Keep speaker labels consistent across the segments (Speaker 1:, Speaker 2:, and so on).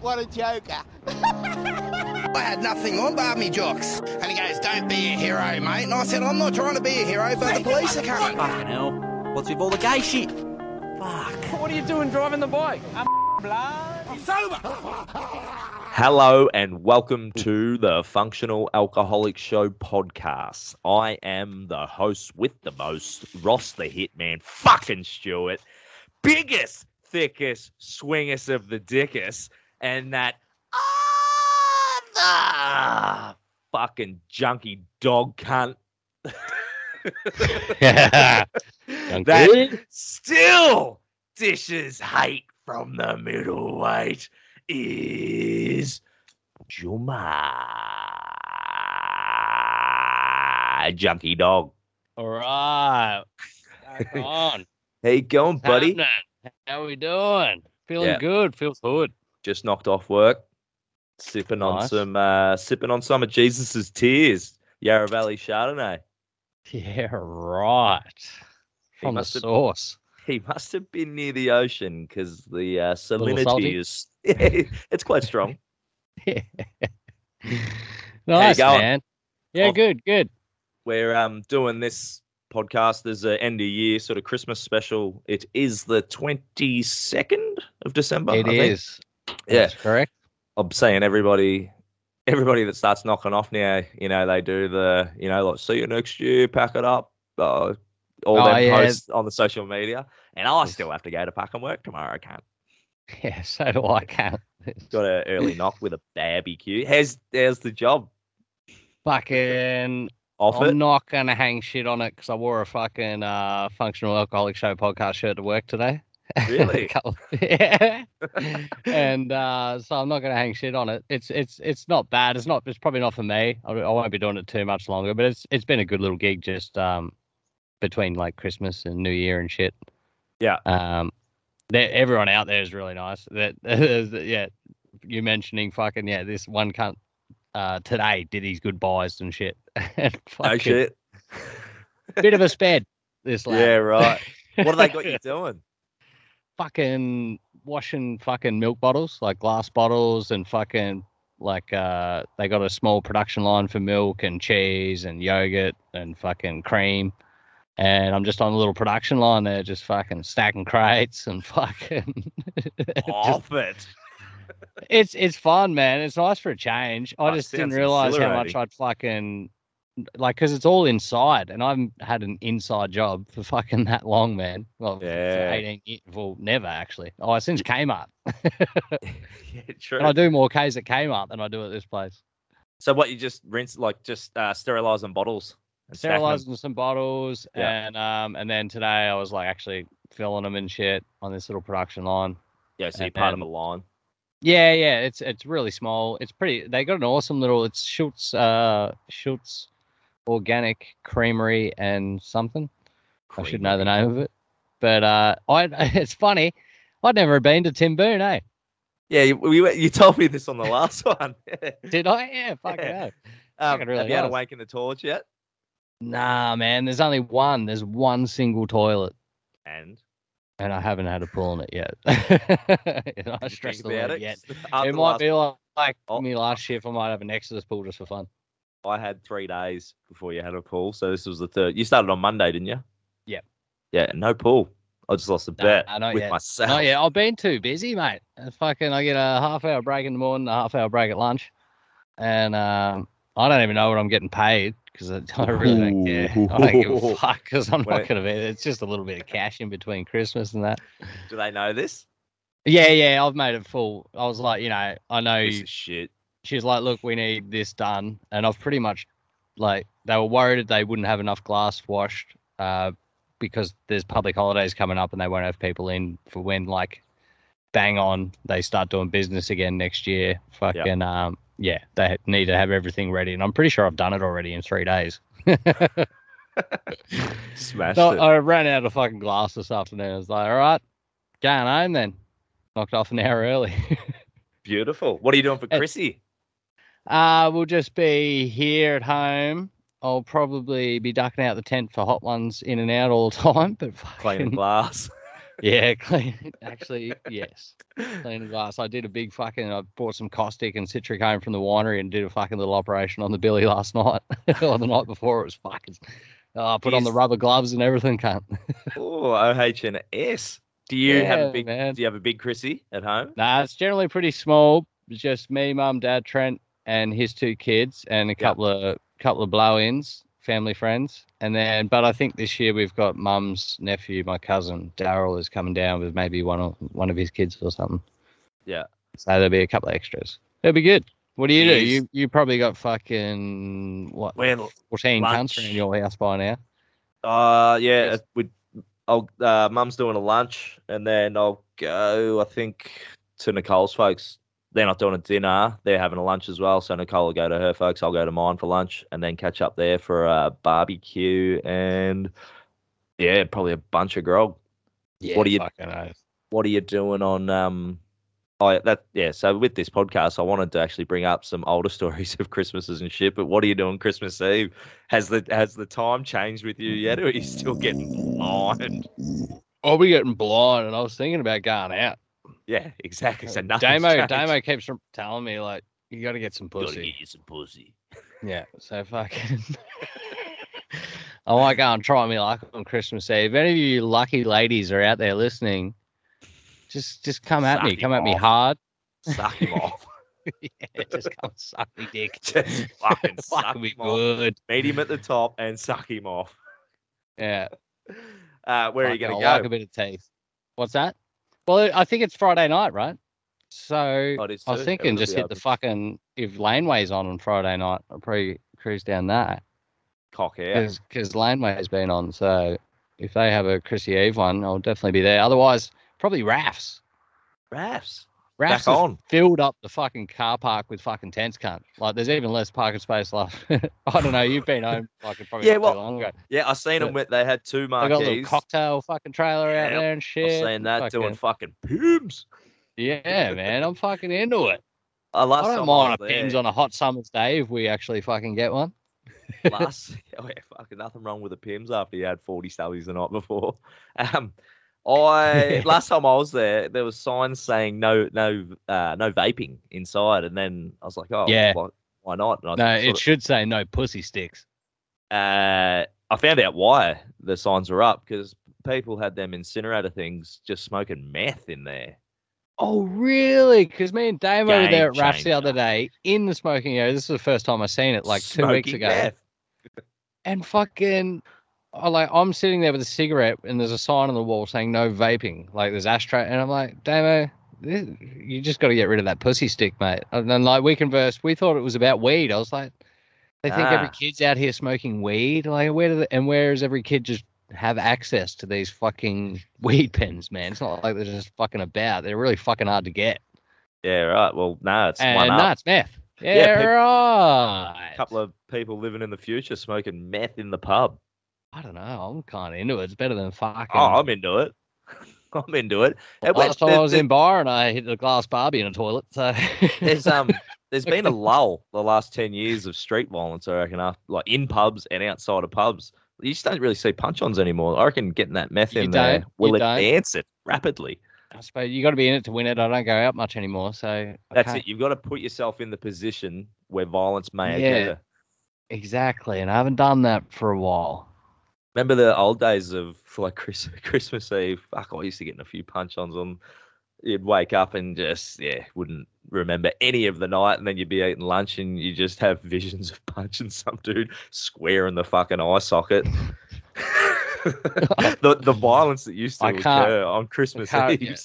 Speaker 1: What a joker.
Speaker 2: I had nothing on bar me jocks. And he goes, Don't be a hero, mate. And I said, I'm not trying to be a hero, but the police are coming.
Speaker 3: Fucking hell. What's with all the gay shit? Fuck.
Speaker 4: What are you doing driving the bike? I'm blind.
Speaker 5: Hello and welcome to the Functional Alcoholic Show podcast. I am the host with the most, Ross the Hitman, fucking Stewart, biggest, thickest, swingest of the dickest, and that other fucking junky dog cunt. that still dishes hate from the middleweight is Juma Junkie Dog.
Speaker 6: All right. Back on.
Speaker 5: How you going, buddy?
Speaker 6: Happening. How we doing? Feeling
Speaker 5: Yeah.
Speaker 6: good. Feels good.
Speaker 5: Just knocked off work, sipping on
Speaker 6: Nice.
Speaker 5: some uh, sipping on some of Jesus's tears, Yarra Valley Chardonnay.
Speaker 6: Yeah, right.
Speaker 5: He
Speaker 6: From the
Speaker 5: must have-
Speaker 6: source.
Speaker 5: He must have been near the ocean because the uh,
Speaker 6: Little salty?
Speaker 5: salinity is it's quite strong.
Speaker 6: nice,
Speaker 5: going?
Speaker 6: man. Yeah,
Speaker 5: Oh.
Speaker 6: good, good.
Speaker 5: we're um doing this podcast there's a end of year sort of christmas special it is the 22nd of december
Speaker 6: It
Speaker 5: I think.
Speaker 6: is.
Speaker 5: yeah
Speaker 6: That's correct.
Speaker 5: i'm saying everybody everybody that starts knocking off now you know they do the you know like see you next year pack it up uh, all
Speaker 6: Oh,
Speaker 5: their
Speaker 6: yeah.
Speaker 5: posts on the social media and i still have to go to pack and work tomorrow i can't
Speaker 6: Yeah, so do I count.
Speaker 5: got an early knock with a barbecue how's how's the job
Speaker 6: Fucking,
Speaker 5: off
Speaker 6: I'm
Speaker 5: it
Speaker 6: not gonna hang shit on it because I wore a fucking uh, functional alcoholic show podcast shirt to work today.
Speaker 5: Really?
Speaker 6: Couple- yeah. and uh, so I'm not going to hang shit on it. It's it's it's not bad. It's not. It's probably not for me. I, I won't be doing it too much longer. But it's it's been a good little gig just um between like Christmas and New Year and shit.
Speaker 5: Yeah.
Speaker 6: Um, they- everyone out there is really nice. That yeah, you mentioning fucking yeah, this one cunt uh today did his goodbyes and shit. and
Speaker 5: no
Speaker 6: fucking
Speaker 5: shit
Speaker 6: Bit of a sped. This lad.
Speaker 5: yeah right what have they got you doing
Speaker 6: fucking washing fucking milk bottles, like glass bottles, and fucking like uh, they got a small production line for milk and cheese and yogurt and fucking cream. And I'm just on a little production line there, just fucking stacking crates and fucking.
Speaker 5: off it
Speaker 6: it's it's fun, man. It's nice for a change. I
Speaker 5: Oh,
Speaker 6: just didn't
Speaker 5: sounds
Speaker 6: realize how much
Speaker 5: exhilarating.
Speaker 6: I'd fucking like because it's all inside, and I've had an inside job for fucking that long, man. Well, for
Speaker 5: Yeah.
Speaker 6: eighteen years. Well, never actually. Oh, since Kmart.
Speaker 5: yeah, true.
Speaker 6: And I do more K's at Kmart than I do at this place.
Speaker 5: So what you just rinse like just uh, sterilizing bottles and stacking 'em?
Speaker 6: Sterilizing some bottles,
Speaker 5: Yeah.
Speaker 6: and um, and then today I was like actually filling them and shit on this little production line.
Speaker 5: Yeah, so you're
Speaker 6: and
Speaker 5: part of a
Speaker 6: then-
Speaker 5: line.
Speaker 6: Yeah, yeah, it's it's really small. It's pretty. They got an awesome little. It's Schultz, uh, Schultz Organic Creamery and something. I should know the name of it, but uh, I it's funny. I'd never been to Timboon, eh?
Speaker 5: Yeah, you, we, were- you told me this on the last one.
Speaker 6: Did I? Yeah, fucking
Speaker 5: Yeah.
Speaker 6: hell.
Speaker 5: um,
Speaker 6: Fucking really
Speaker 5: have you had a
Speaker 6: nice.
Speaker 5: wank in the torch yet?
Speaker 6: Nah, man. There's only one. There's one single toilet.
Speaker 5: And
Speaker 6: and I haven't had a pull in it yet. You know, I
Speaker 5: did you
Speaker 6: stressed
Speaker 5: think
Speaker 6: the word
Speaker 5: about it?
Speaker 6: yet.
Speaker 5: After
Speaker 6: it
Speaker 5: the
Speaker 6: might
Speaker 5: last-
Speaker 6: be like, like
Speaker 5: Oh.
Speaker 6: me last shift. I might have an Exodus pull just for fun.
Speaker 5: I had three days before you had a pool, so this was the third. You started on Monday, didn't you?
Speaker 6: Yep.
Speaker 5: Yeah, no pool. I just lost a
Speaker 6: Nah,
Speaker 5: bet
Speaker 6: nah, not
Speaker 5: with
Speaker 6: yet.
Speaker 5: myself.
Speaker 6: No, yeah, I've been too busy, mate. Uh, Fucking, I get a half hour break in the morning, a half hour break at lunch, and um, I don't even know what I'm getting paid because I, I really don't care. I don't give a fuck because I'm
Speaker 5: Well,
Speaker 6: not going to be. It's just a little bit of cash in between Christmas and that.
Speaker 5: Do they know this?
Speaker 6: Yeah, yeah, I've made it full. I was like, you know, I know
Speaker 5: This
Speaker 6: you
Speaker 5: is shit.
Speaker 6: she's like, look, we need this done. And I've pretty much like they were worried that they wouldn't have enough glass washed uh, because there's public holidays coming up and they won't have people in for when like bang on they start doing business again next year. Fucking um yeah, they need to have everything ready. And I'm pretty sure I've done it already in three days.
Speaker 5: Smashed
Speaker 6: So
Speaker 5: it.
Speaker 6: I ran out of fucking glass this afternoon. I was like, all right, going home then. Knocked off an hour early.
Speaker 5: Beautiful. What are you doing for
Speaker 6: Uh,
Speaker 5: Chrissy?
Speaker 6: Uh, we'll just be here at home. I'll probably be ducking out the tent for hot ones in and out all the time, but
Speaker 5: Cleaning
Speaker 6: fucking
Speaker 5: glass.
Speaker 6: yeah, clean. Actually, yes, clean glass. I did a big fucking. I bought some caustic and citric home from the winery and did a fucking little operation on the billy last night or the night before. It was fucking. Oh, I put on the
Speaker 5: Jeez.
Speaker 6: rubber gloves and everything. Cunt.
Speaker 5: Oh, OHS. Do you have a
Speaker 6: Yeah,
Speaker 5: big
Speaker 6: man.
Speaker 5: do you have a big Chrissy at home?
Speaker 6: Nah, it's generally pretty small. It's just me, mum, dad, Trent, and his two kids, and a couple of couple of blow-ins, family friends, and then. But I think this year we've got mum's nephew, my cousin Daryl, is coming down with maybe one or one of his kids or something.
Speaker 5: Yeah.
Speaker 6: So there'll be a couple of extras. It'll be good. What do you do?
Speaker 5: Jeez.
Speaker 6: You you probably got fucking what
Speaker 5: Well,
Speaker 6: fourteen
Speaker 5: lunch.
Speaker 6: cunts in your house by now.
Speaker 5: uh yeah,
Speaker 6: Yes.
Speaker 5: we I'll uh mum's doing a lunch and then I'll go I think to Nicole's folks. They're not doing a dinner, they're having a lunch as well. So Nicole will go to her folks, I'll go to mine for lunch and then catch up there for a barbecue and yeah, probably a bunch of grog.
Speaker 6: Yeah,
Speaker 5: What do you-
Speaker 6: fucking oath.
Speaker 5: what are you doing on um oh that yeah so with this podcast i wanted to actually bring up some older stories of christmases and shit but what are you doing christmas eve has the has the time changed with you yet or are you still getting blind
Speaker 6: I'll be Oh, getting blind, and I was thinking about going out.
Speaker 5: yeah exactly so nothing
Speaker 6: Damo, Damo keeps r- telling me like you got to get some
Speaker 5: gotta get
Speaker 6: pussy.
Speaker 5: you some pussy
Speaker 6: Yeah, so fucking. I might go and try me luck on Christmas Eve. If any of you lucky ladies are out there listening, just just come at me,
Speaker 5: Suck
Speaker 6: come
Speaker 5: him
Speaker 6: at me
Speaker 5: off.
Speaker 6: hard.
Speaker 5: suck him off
Speaker 6: Yeah, just come suck me dick.
Speaker 5: just fucking suck
Speaker 6: Fucking
Speaker 5: him
Speaker 6: be
Speaker 5: off
Speaker 6: good.
Speaker 5: meet him at the top and suck him off
Speaker 6: Yeah.
Speaker 5: uh where are you
Speaker 6: fucking,
Speaker 5: gonna
Speaker 6: I like
Speaker 5: go
Speaker 6: a bit of teeth. What's that? Well, I think it's Friday night, right? So
Speaker 5: Oh, it is
Speaker 6: I was
Speaker 5: too.
Speaker 6: thinking
Speaker 5: It'll
Speaker 6: just
Speaker 5: be
Speaker 6: hit the
Speaker 5: open.
Speaker 6: fucking if laneways on on Friday night. I'll probably cruise down that.
Speaker 5: cock out
Speaker 6: because Laneway's been on. So if they have a Chrissy Eve one, I'll definitely be there. Otherwise, probably Rafs.
Speaker 5: raps
Speaker 6: Rafs
Speaker 5: back
Speaker 6: has
Speaker 5: on
Speaker 6: filled up the fucking car park with fucking tents, cunt. Like there's even less parking space left. I don't know. You've been home fucking probably
Speaker 5: Yeah,
Speaker 6: not too
Speaker 5: well,
Speaker 6: long ago.
Speaker 5: yeah i seen them with they had two
Speaker 6: I got a little
Speaker 5: marquees
Speaker 6: cocktail fucking trailer out
Speaker 5: Yep,
Speaker 6: there and
Speaker 5: I'm
Speaker 6: shit.
Speaker 5: saying that doing
Speaker 6: Fucking-
Speaker 5: fucking pims.
Speaker 6: yeah, man, I'm fucking into it.
Speaker 5: I, last
Speaker 6: I don't
Speaker 5: time I
Speaker 6: mind a
Speaker 5: was
Speaker 6: pins
Speaker 5: there,
Speaker 6: on a hot summer's day if we actually fucking get one.
Speaker 5: last. Oh yeah, fucking nothing wrong with the pims after you had forty stubbies the night before. Um, I last time I was there, there was signs saying no, no, uh, no vaping inside, and then I was like, oh
Speaker 6: Yeah.
Speaker 5: why, why not? And I
Speaker 6: No,
Speaker 5: sort
Speaker 6: it
Speaker 5: of-
Speaker 6: should say no pussy sticks.
Speaker 5: uh, I found out why the signs were up because people had them incinerator things just smoking meth in there.
Speaker 6: Oh, really? Because me and Damo were there at
Speaker 5: Game
Speaker 6: Raff's the other
Speaker 5: changer.
Speaker 6: day in the smoking area. This is the first time I seen it, like two weeks
Speaker 5: Smoking
Speaker 6: ago.
Speaker 5: meth.
Speaker 6: And fucking, I like I'm sitting there with a cigarette, and there's a sign on the wall saying no vaping. Like there's ashtray, and I'm like, Damo, this, you just got to get rid of that pussy stick, mate. And then like we conversed, we thought it was about weed. I was like, they think every
Speaker 5: Ah.
Speaker 6: kid's out here smoking weed. Like where do they, and where is every kid just have access to these fucking weed pens, man? It's not like they're just fucking about. They're really fucking hard to get.
Speaker 5: Yeah, right. Well, no, it's one
Speaker 6: And
Speaker 5: up.
Speaker 6: no, it's meth. Yeah,
Speaker 5: Yeah, peop-
Speaker 6: right.
Speaker 5: A couple of people living in the future smoking meth in the pub.
Speaker 6: I don't know. I'm kind of into it. It's better than fucking.
Speaker 5: Oh, I'm into it. I'm into it. It went-
Speaker 6: Last time I
Speaker 5: there-
Speaker 6: was in bar and I hit a glass barbie in a toilet. So
Speaker 5: There's um, there's been a lull the last ten years of street violence. I reckon, after, like in pubs and outside of pubs, you just don't really see punch-ons anymore. I reckon getting that meth
Speaker 6: You
Speaker 5: in there
Speaker 6: don't,
Speaker 5: will
Speaker 6: you don't.
Speaker 5: advance it rapidly.
Speaker 6: I suppose you got to be in it to win it. I don't go out much anymore. So I
Speaker 5: That's
Speaker 6: can't-
Speaker 5: it. You've got to put yourself in the position where violence may
Speaker 6: Yeah.
Speaker 5: occur.
Speaker 6: Exactly. And I haven't done that for a while.
Speaker 5: Remember the old days of like Chris, Christmas Eve? Fuck, I used to get in a few punch ons on. You'd wake up and just, yeah, wouldn't remember any of the night. And then you'd be eating lunch and you just have visions of punching some dude square in the fucking eye socket. the, the violence that used to
Speaker 6: I can't-
Speaker 5: occur on Christmas
Speaker 6: can't-
Speaker 5: Eve.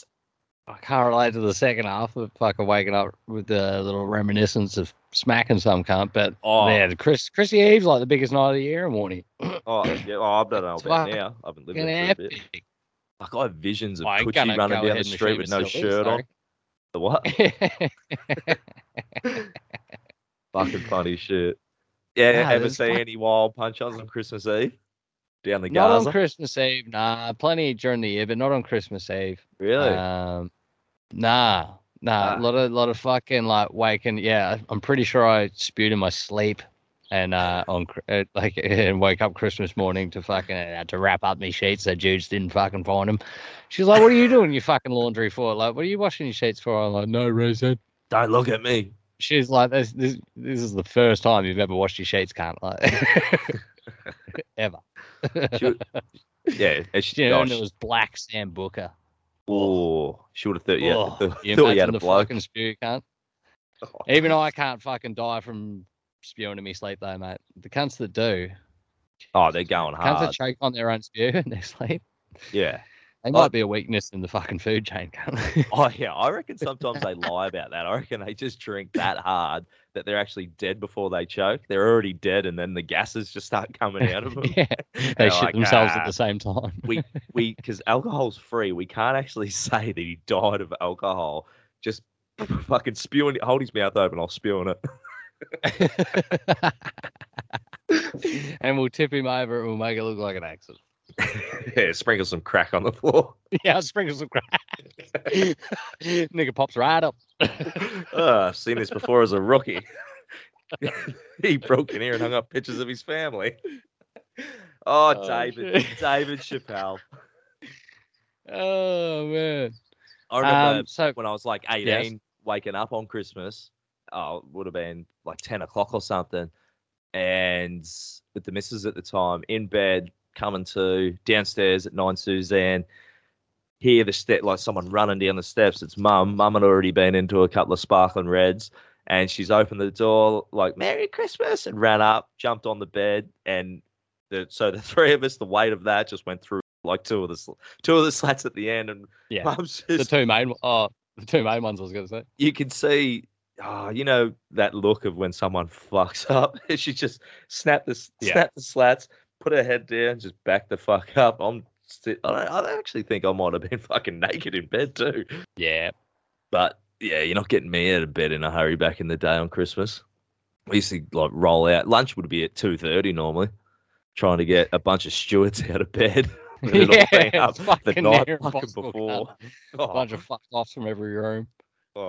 Speaker 6: I can't relate to the second half of fucking waking up with the little reminiscence of smacking some cunt. But
Speaker 5: Oh.
Speaker 6: yeah, the Chris, Chrissy Eve's like the biggest night of the year, Warney.
Speaker 5: Oh, yeah, oh, I don't know
Speaker 6: It's
Speaker 5: about
Speaker 6: fucking
Speaker 5: now. I haven't lived it for a bit.
Speaker 6: epic.
Speaker 5: Like, I have visions of
Speaker 6: I ain't
Speaker 5: Twitchy
Speaker 6: gonna
Speaker 5: running
Speaker 6: go
Speaker 5: down the
Speaker 6: ahead and assume
Speaker 5: street with
Speaker 6: it
Speaker 5: no
Speaker 6: still is,
Speaker 5: shirt on. The what?
Speaker 6: sorry.
Speaker 5: Fucking funny shit. Yeah,
Speaker 6: Nah,
Speaker 5: ever
Speaker 6: there's
Speaker 5: see
Speaker 6: fuck-
Speaker 5: any wild punch ons on Christmas Eve? Down the
Speaker 6: Not
Speaker 5: Gaza?
Speaker 6: on Christmas Eve, nah. Plenty during the year, but not on Christmas Eve.
Speaker 5: really?
Speaker 6: Um, nah, nah.
Speaker 5: Ah.
Speaker 6: A lot of lot of fucking like waking. Yeah, I'm pretty sure I spewed in my sleep. and uh, on Cr- uh, like and woke up Christmas morning to fucking uh, to wrap up my sheets so Jude's didn't fucking find them. She's like, "What are you doing your fucking laundry for? Like, what are you washing your sheets for?" I'm like, "No, reason."
Speaker 5: Don't look at me.
Speaker 6: She's like, "This this this is the first time you've ever washed your sheets, can't like ever."
Speaker 5: Yeah, and she,
Speaker 6: You know,
Speaker 5: oh,
Speaker 6: and
Speaker 5: she,
Speaker 6: it was black Sam Booker.
Speaker 5: oh, she would have thought you,
Speaker 6: Oh,
Speaker 5: thought
Speaker 6: you
Speaker 5: you had
Speaker 6: imagine
Speaker 5: a
Speaker 6: the
Speaker 5: bloke.
Speaker 6: fucking spew, cunt. Even I can't fucking die from spewing in me sleep though, mate. The cunts that do,
Speaker 5: Oh, they're going
Speaker 6: cunts
Speaker 5: hard. Oh.
Speaker 6: that choke on their own spew in their sleep,
Speaker 5: Yeah.
Speaker 6: they might be a weakness in the fucking food chain, cunt.
Speaker 5: Oh yeah, I reckon sometimes they lie about that. I reckon they just drink that hard that they're actually dead before they choke. They're already dead, and then the gases just start coming out of them.
Speaker 6: yeah, they
Speaker 5: They're
Speaker 6: shit
Speaker 5: like,
Speaker 6: themselves
Speaker 5: "Ah."
Speaker 6: at the same time.
Speaker 5: We we because alcohol's free, we can't actually say that he died of alcohol. Just fucking spewing, hold his mouth open, I'll spew on it.
Speaker 6: and we'll tip him over and we'll make it look like an accident.
Speaker 5: yeah, sprinkle some crack on the floor.
Speaker 6: Yeah, sprinkles of crack. Nigga pops right up.
Speaker 5: Oh, I've seen this before as a rookie. he broke in here and hung up pictures of his family. Oh,
Speaker 6: Oh,
Speaker 5: David,
Speaker 6: shit.
Speaker 5: David Chappelle.
Speaker 6: Oh man.
Speaker 5: I remember
Speaker 6: Um, so
Speaker 5: when I was like 18, waking up on Christmas. Oh, it would have been like 10 o'clock or something. And with the missus at the time, in bed, coming to downstairs at 9 Suzanne, hear the step, like someone running down the steps. It's mum. Mum had already been into a couple of sparkling reds. And she's opened the door, like, Merry Christmas, and ran up, jumped on the bed. And the, so the three of us, the weight of that just went through like two of the sl- two of the slats at the end. And
Speaker 6: Yeah.
Speaker 5: mum's
Speaker 6: the
Speaker 5: just
Speaker 6: two main oh the two main ones I was gonna say.
Speaker 5: you can see, ah, you know, that look of when someone fucks up. she just snapped the s-
Speaker 6: Yeah.
Speaker 5: snapped the slats, put her head down, just back the fuck up. I'm, sti- I, don't, I actually think I might have been fucking naked in bed too.
Speaker 6: Yeah.
Speaker 5: But yeah, you're not getting me out of bed in a hurry back in the day on Christmas. We used to like roll out. Lunch would be at two thirty normally, trying to get a bunch of stewards out of bed. that had all
Speaker 6: Yeah,
Speaker 5: been up
Speaker 6: it's fucking near
Speaker 5: fucking
Speaker 6: impossible,
Speaker 5: Oh,
Speaker 6: bunch of fuck offs from every room.
Speaker 5: Oh.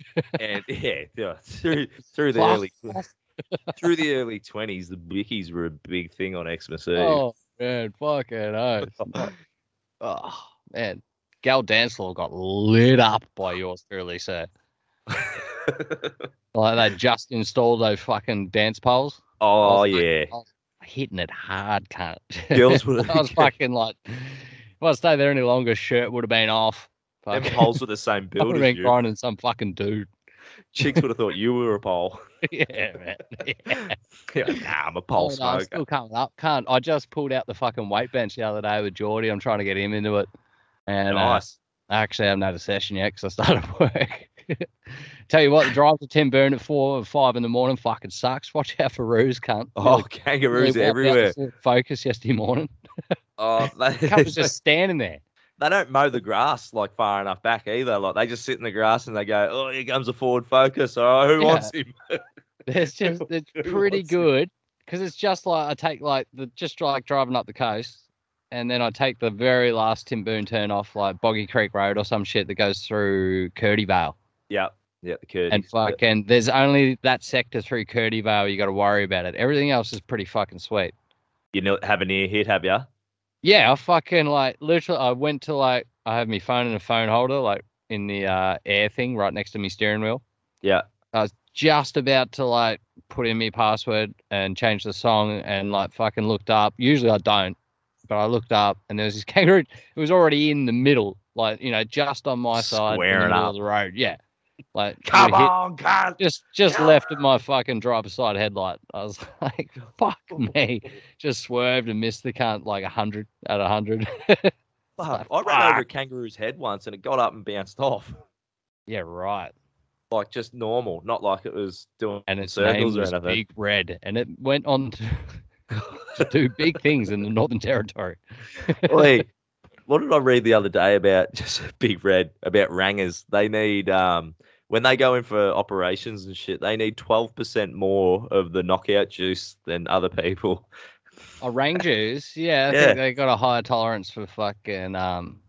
Speaker 5: and yeah, yeah, through through the early
Speaker 6: Fuck off.
Speaker 5: through the early twenties, the bickies were a big thing on Xmas Eve.
Speaker 6: Oh man, fucking oh. oh man. Gal dance floor got lit up by yours truly, sir. Like they just installed those fucking dance poles.
Speaker 5: oh
Speaker 6: I was
Speaker 5: yeah,
Speaker 6: Hitting it hard, cunt.
Speaker 5: girls would
Speaker 6: I was
Speaker 5: have
Speaker 6: fucking like, if I stayed there any longer, shirt would have been off.
Speaker 5: them
Speaker 6: Fucking-
Speaker 5: poles were the same
Speaker 6: I would
Speaker 5: build
Speaker 6: have
Speaker 5: as
Speaker 6: been
Speaker 5: you.
Speaker 6: grinding some fucking dude.
Speaker 5: Chicks would have thought you were a pole.
Speaker 6: yeah, man. Yeah.
Speaker 5: Yeah, nah, I'm a pole
Speaker 6: Oh, no, I'm
Speaker 5: smoker.
Speaker 6: still coming up. Can't. I just pulled out the fucking weight bench the other day with Geordie. I'm trying to get him into it. And uh,
Speaker 5: Nice.
Speaker 6: I actually haven't had a session yet because I started work. Tell you what, the drive to Tim Burn at four or five in the morning fucking sucks. Watch out for roos, cunt.
Speaker 5: Oh,
Speaker 6: Nearly- nearly
Speaker 5: kangaroos
Speaker 6: wiped out
Speaker 5: everywhere.
Speaker 6: the Focus yesterday morning.
Speaker 5: Oh, they,
Speaker 6: Cunt was just standing there.
Speaker 5: they don't mow the grass like far enough back either. Like they just sit in the grass and they go, "Oh, here comes a forward focus." Oh, who
Speaker 6: Yeah.
Speaker 5: wants him?
Speaker 6: It's just it's
Speaker 5: Who
Speaker 6: pretty
Speaker 5: wants it?
Speaker 6: good because it's just like I take like the just like driving up the coast, and then I take the very last Timboon turn off like Boggy Creek Road or some shit that goes through Curdy Vale.
Speaker 5: Yep. Yeah, the curd.
Speaker 6: And fucking, there's only that sector through Curdy Vale you got to worry about it. Everything else is pretty fucking sweet.
Speaker 5: You know, have an ear hit, have you?
Speaker 6: Yeah, I fucking like literally. I went to like I have my phone in a phone holder like in the uh, air thing right next to my steering wheel.
Speaker 5: Yeah.
Speaker 6: I was just about to like put in my password and change the song and like fucking looked up. Usually I don't, but I looked up and there was this kangaroo. It was already in the middle, like you know, just on my side, in the
Speaker 5: Squaring
Speaker 6: middle
Speaker 5: up.
Speaker 6: of the road. Yeah, like it
Speaker 5: Come
Speaker 6: hit-
Speaker 5: on, cunt.
Speaker 6: just just
Speaker 5: Come
Speaker 6: left of my fucking driver's side headlight. I was like, fuck me, just swerved and missed the cunt like a hundred at a hundred.
Speaker 5: Fuck. Ah. I ran over a kangaroo's head once and it got up and bounced off.
Speaker 6: yeah, right.
Speaker 5: Like just normal, not like it was doing
Speaker 6: And its
Speaker 5: circles
Speaker 6: name
Speaker 5: or
Speaker 6: was
Speaker 5: anything.
Speaker 6: Big Red, and it went on to, to do big things in the Northern Territory.
Speaker 5: Oi, what did I read the other day about just big red about rangers? They need um when they go in for operations and shit, they need twelve percent more of the knockout juice than other people.
Speaker 6: Oh, Rangers, yeah, I
Speaker 5: Yeah.
Speaker 6: think they got a higher tolerance for fucking um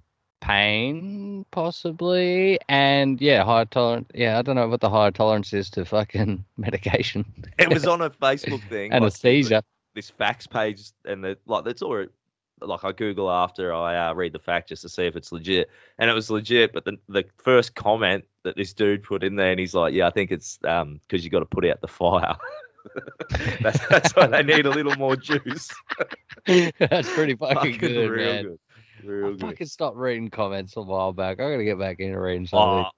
Speaker 6: pain, possibly, and yeah, high tolerance. Yeah, I don't know what the higher tolerance is to fucking medication
Speaker 5: It was on a Facebook thing. like,
Speaker 6: anesthesia.
Speaker 5: this facts page, and it, like that's all. It, like I Google after I uh, read the fact just to see if it's legit, and it was legit. But the the first comment that this dude put in there, and he's like, "Yeah, I think it's um because you got to put out the fire. that's, that's why they need a little more juice.
Speaker 6: That's pretty fucking, good,
Speaker 5: real
Speaker 6: man.
Speaker 5: good, real
Speaker 6: I
Speaker 5: good.
Speaker 6: fucking stopped reading comments a while back. I gotta get back into reading
Speaker 5: Oh,
Speaker 6: something.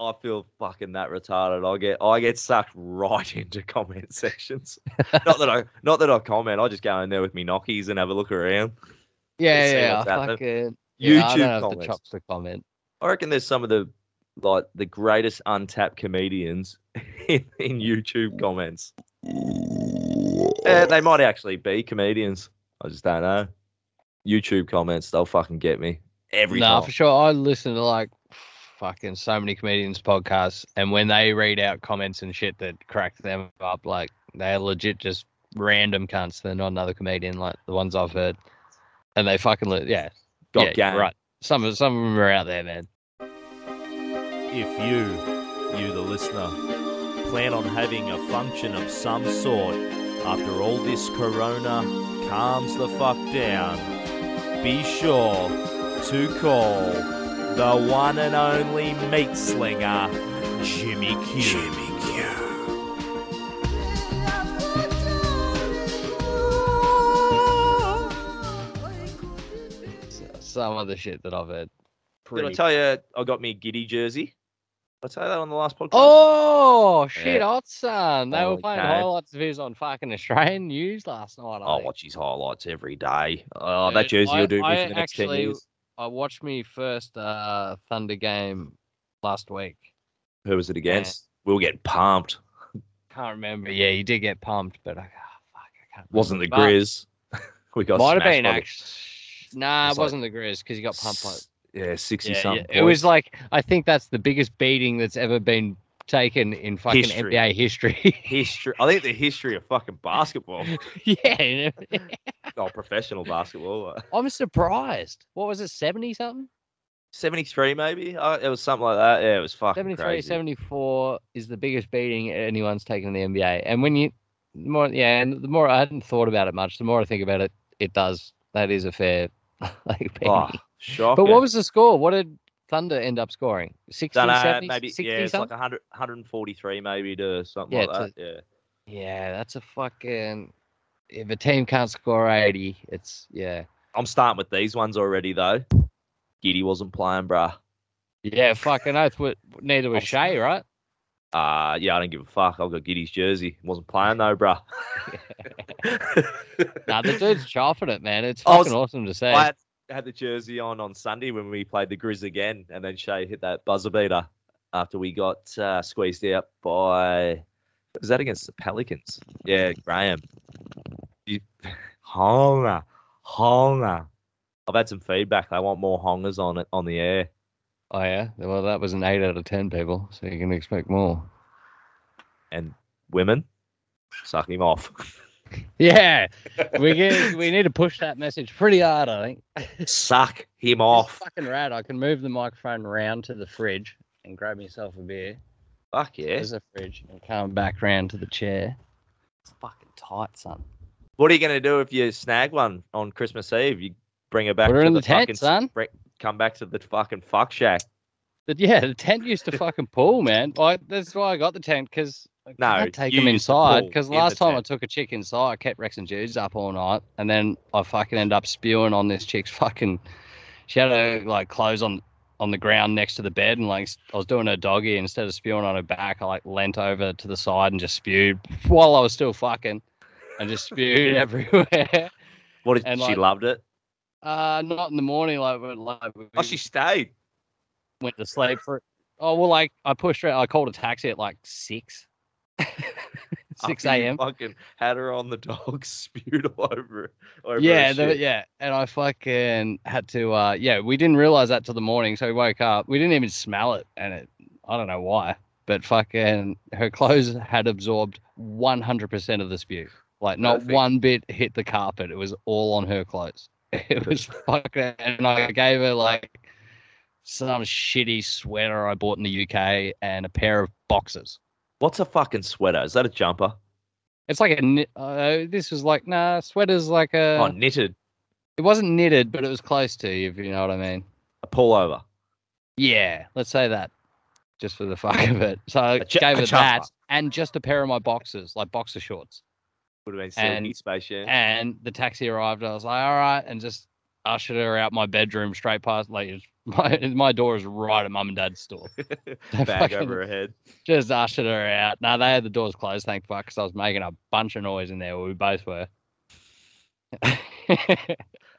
Speaker 5: I feel fucking that retarded. I get I get sucked right into comment sections. not that I not that I comment. I just go in there with me knockies and have a look around.
Speaker 6: yeah,
Speaker 5: let's see
Speaker 6: yeah, I
Speaker 5: what's happening.
Speaker 6: fucking yeah, I don't
Speaker 5: YouTube
Speaker 6: have the
Speaker 5: comments.
Speaker 6: chops to comment.
Speaker 5: I reckon there's some of the like the greatest untapped comedians in, in YouTube comments. Eh, they might actually be comedians. I just don't know. YouTube comments, they'll fucking get me every
Speaker 6: Nah,
Speaker 5: time.
Speaker 6: for sure. I listen to like fucking so many comedians' podcasts, and when they read out comments and shit that crack them up, like they're legit just random cunts. They're not another comedian like the ones I've heard, and they fucking li- yeah,
Speaker 5: Got
Speaker 6: yeah,
Speaker 5: game.
Speaker 6: right. Some of some of them are out there, man.
Speaker 1: If you, you the listener, plan on having a function of some sort after all this corona calms the fuck down, be sure to call the one and only meat slinger, Jimmy Q. Jimmy Q.
Speaker 6: S- Some of the shit that I've heard.
Speaker 5: Did I
Speaker 6: Pretty.
Speaker 5: tell you I got me a giddy jersey? Did I tell you that on the last podcast?
Speaker 6: Oh shit,
Speaker 5: Yeah.
Speaker 6: hot son! They were
Speaker 5: Holy
Speaker 6: playing
Speaker 5: cow.
Speaker 6: highlights of his on fucking Australian news last night. I
Speaker 5: I
Speaker 6: think.
Speaker 5: watch his highlights every day. Oh, that
Speaker 6: Dude,
Speaker 5: jersey
Speaker 6: I-
Speaker 5: will do me
Speaker 6: I
Speaker 5: for the next ten
Speaker 6: actually-
Speaker 5: years.
Speaker 6: I watched me first uh, Thunder game last week.
Speaker 5: Who was it against? We'll get pumped.
Speaker 6: Can't remember. Yeah, you did get pumped, but I, oh, fuck, I can't.
Speaker 5: Wasn't the
Speaker 6: But-
Speaker 5: Grizz? we got
Speaker 6: Might have
Speaker 5: smashed
Speaker 6: been
Speaker 5: by the-
Speaker 6: actually. Nah,
Speaker 5: It's
Speaker 6: it
Speaker 5: like-
Speaker 6: wasn't the Grizz because you got pumped. By,
Speaker 5: S- Yeah, sixty
Speaker 6: yeah,
Speaker 5: something.
Speaker 6: yeah. It was like I think that's the biggest beating that's ever been taken in fucking
Speaker 5: History.
Speaker 6: NBA history.
Speaker 5: history. I think the history of fucking basketball,
Speaker 6: yeah,
Speaker 5: not professional basketball.
Speaker 6: I'm surprised. What was it, seventy something?
Speaker 5: Seventy-three, maybe. Uh, it was something like that. Yeah, it was fucking
Speaker 6: 73,
Speaker 5: crazy.
Speaker 6: 74 is the biggest beating anyone's taken in the NBA. And when you the more yeah, and the more I hadn't thought about it much, the more I think about it, it does. That is a fair like beating.
Speaker 5: Oh, shocking.
Speaker 6: But what was the score? What did Thunder end up scoring? 60,
Speaker 5: Dunno,
Speaker 6: 70,
Speaker 5: maybe
Speaker 6: 60
Speaker 5: yeah, it's like
Speaker 6: something?
Speaker 5: 100, 143 maybe to something
Speaker 6: Yeah,
Speaker 5: like
Speaker 6: it's
Speaker 5: that. yeah.
Speaker 6: Yeah, that's a fucking. If a team can't score 80, it's. Yeah.
Speaker 5: I'm starting with these ones already though. Giddy wasn't playing, bruh.
Speaker 6: Yeah, fucking oath. wa- Neither was Shea, right?
Speaker 5: Uh yeah, I don't give a fuck. I've got Giddy's jersey. Wasn't playing though, bruh.
Speaker 6: Nah, the dude's chopping it, man. It's
Speaker 5: I was-
Speaker 6: fucking awesome to see.
Speaker 5: I had, had the jersey on on Sunday when we played the Grizz again, and then Shea hit that buzzer beater after we got uh, squeezed out by. Was that against the Pelicans? Yeah, Graham. You, honga, honga. I've had some feedback. They want more hongers on it on the air.
Speaker 6: Oh, yeah. Well, that was an 8 out of 10, people. So you can expect more.
Speaker 5: and women suck him off.
Speaker 6: Yeah. We get, we need to push that message pretty hard, I think.
Speaker 5: suck
Speaker 6: It's
Speaker 5: him off.
Speaker 6: fucking rad. I can move the microphone round to the fridge and grab myself a beer.
Speaker 5: Fuck yeah.
Speaker 6: There's a fridge and come back round to the chair. It's fucking tight, son.
Speaker 5: What are you gonna do if you snag one on Christmas Eve? You bring her back
Speaker 6: Put her
Speaker 5: to
Speaker 6: in
Speaker 5: the,
Speaker 6: the tent,
Speaker 5: fucking,
Speaker 6: son.
Speaker 5: bring- come back to the fucking fuck shack.
Speaker 6: But yeah, the tent used to fucking pull, man. I, that's why I got the tent because I
Speaker 5: No,
Speaker 6: can't take
Speaker 5: you
Speaker 6: them
Speaker 5: used to
Speaker 6: inside.
Speaker 5: pull
Speaker 6: Because
Speaker 5: in the
Speaker 6: last time I
Speaker 5: tent.
Speaker 6: took a chick inside, I kept Rex and Jude's up all night, and then I fucking end up spewing on this chick's fucking. She had her like clothes on on the ground next to the bed, and like I was doing her doggy and instead of spewing on her back. I like leant over to the side and just spewed while I was still fucking, and just spewed everywhere.
Speaker 5: What did
Speaker 6: And,
Speaker 5: she
Speaker 6: like-
Speaker 5: loved it?
Speaker 6: Uh, not in the morning, like, but, like we-
Speaker 5: Oh, she stayed.
Speaker 6: went to sleep for. Oh well, like I pushed her. I called a taxi at like six, six
Speaker 5: After Oh, you
Speaker 6: a.m.
Speaker 5: Fucking had her on the dog, spewed all over. over her
Speaker 6: Yeah,
Speaker 5: shit.
Speaker 6: the- yeah, and I fucking had to. uh Yeah, we didn't realize that till the morning, so we woke up. We didn't even smell it, and it. I don't know why, but fucking her clothes had absorbed one hundred percent of the spew. Like not
Speaker 5: Perfect.
Speaker 6: one bit hit the carpet. It was all on her clothes. It was fucking, and I gave her like some shitty sweater I bought in the UK and a pair of boxers.
Speaker 5: What's a fucking sweater? Is that a jumper?
Speaker 6: It's like a kni- uh, this was like nah sweaters like a
Speaker 5: oh, knitted.
Speaker 6: it wasn't knitted but it was close to if you know what I mean.
Speaker 5: A pullover.
Speaker 6: Yeah, let's say that just for the fuck of it. So I
Speaker 5: A ju-
Speaker 6: gave
Speaker 5: a
Speaker 6: her that
Speaker 5: jumper.
Speaker 6: and just a pair of my boxers like boxer shorts.
Speaker 5: Would have been
Speaker 6: And-
Speaker 5: silky space, yeah.
Speaker 6: And the taxi arrived. I was like, all right, and just ushered her out my bedroom straight past. Like it's- my my door is right at mum and dad's door. They
Speaker 5: Bag
Speaker 6: fucking
Speaker 5: over her head.
Speaker 6: Just ushered her out. No, they had the doors closed. Thank fuck, because I was making a bunch of noise in there. We both were.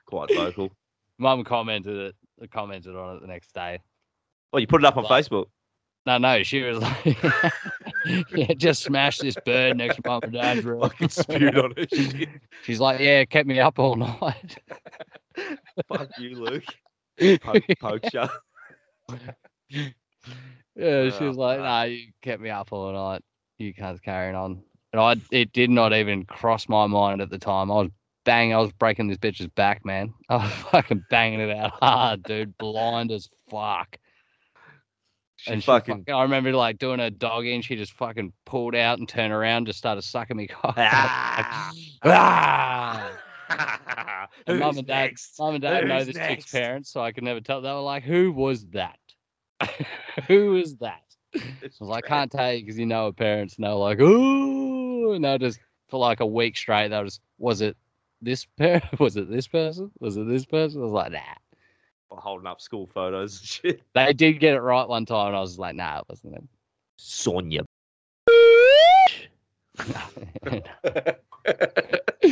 Speaker 5: Quite vocal.
Speaker 6: mum commented it. Commented on it the next day.
Speaker 5: Well, you put it up on
Speaker 6: Like-
Speaker 5: Facebook.
Speaker 6: No, no, she was like, yeah, just smash this bird next to mum and dad's room.
Speaker 5: Fucking spewed on her shit.
Speaker 6: She's like, yeah, it kept me up all night.
Speaker 5: Fuck you, Luke. Poke,
Speaker 6: yeah,
Speaker 5: poke shot.
Speaker 6: she was
Speaker 5: Oh,
Speaker 6: like,
Speaker 5: fuck.
Speaker 6: no, you kept me up all night. You can't carrying on. And I, it did not even cross my mind at the time. I was bang, I was breaking this bitch's back, man. I was fucking banging it out hard, dude. Blind as fuck.
Speaker 5: She
Speaker 6: and she
Speaker 5: fucking.
Speaker 6: fucking, I remember like doing her dog in. She just fucking pulled out and turned around, just started sucking me cock.
Speaker 5: Ah!
Speaker 6: Ah! And
Speaker 5: Who's
Speaker 6: mum and dad,
Speaker 5: next?
Speaker 6: mum and dad know
Speaker 5: Who's
Speaker 6: this
Speaker 5: next?
Speaker 6: chick's parents, so I could never tell. They were like, "Who was that? Who is that?" I was like, "I can't tell you because you know her parents." And they were like, "Ooh," and I just for like a week straight, they were just, "Was it this pair? Was it this person? Was it this person?" I was like, "Nah."
Speaker 5: Holding up school photos and shit.
Speaker 6: They did get it right one time, and I was just like, "Nah, it wasn't
Speaker 5: Sonia.
Speaker 6: them."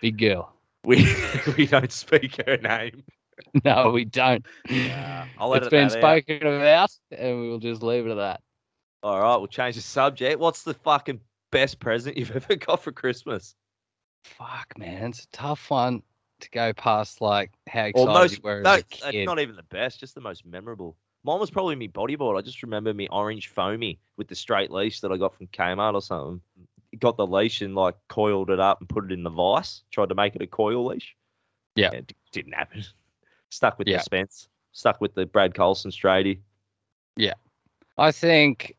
Speaker 6: Big girl.
Speaker 5: we we don't speak her name.
Speaker 6: No, we don't.
Speaker 5: I'll let
Speaker 6: It's
Speaker 5: it
Speaker 6: been
Speaker 5: that out.
Speaker 6: spoken about, and we will just leave it at that.
Speaker 5: All right, we'll change the subject. What's the fucking best present you've ever got for Christmas?
Speaker 6: Fuck, man, it's a tough one to go past. Like how
Speaker 5: Or
Speaker 6: excited you
Speaker 5: most,
Speaker 6: were as
Speaker 5: no,
Speaker 6: a
Speaker 5: uh,
Speaker 6: kid.
Speaker 5: not even the best, just the most memorable. Mine was probably me bodyboard. I just remember me orange foamy with the straight leash that I got from Kmart or something. Got the leash and like coiled it up and put it in the vice. Tried to make it a coil leash.
Speaker 6: Yeah.
Speaker 5: it d- didn't happen. Stuck with
Speaker 6: Yeah.
Speaker 5: the Spence. Stuck with the Brad Colson straighty.
Speaker 6: I think,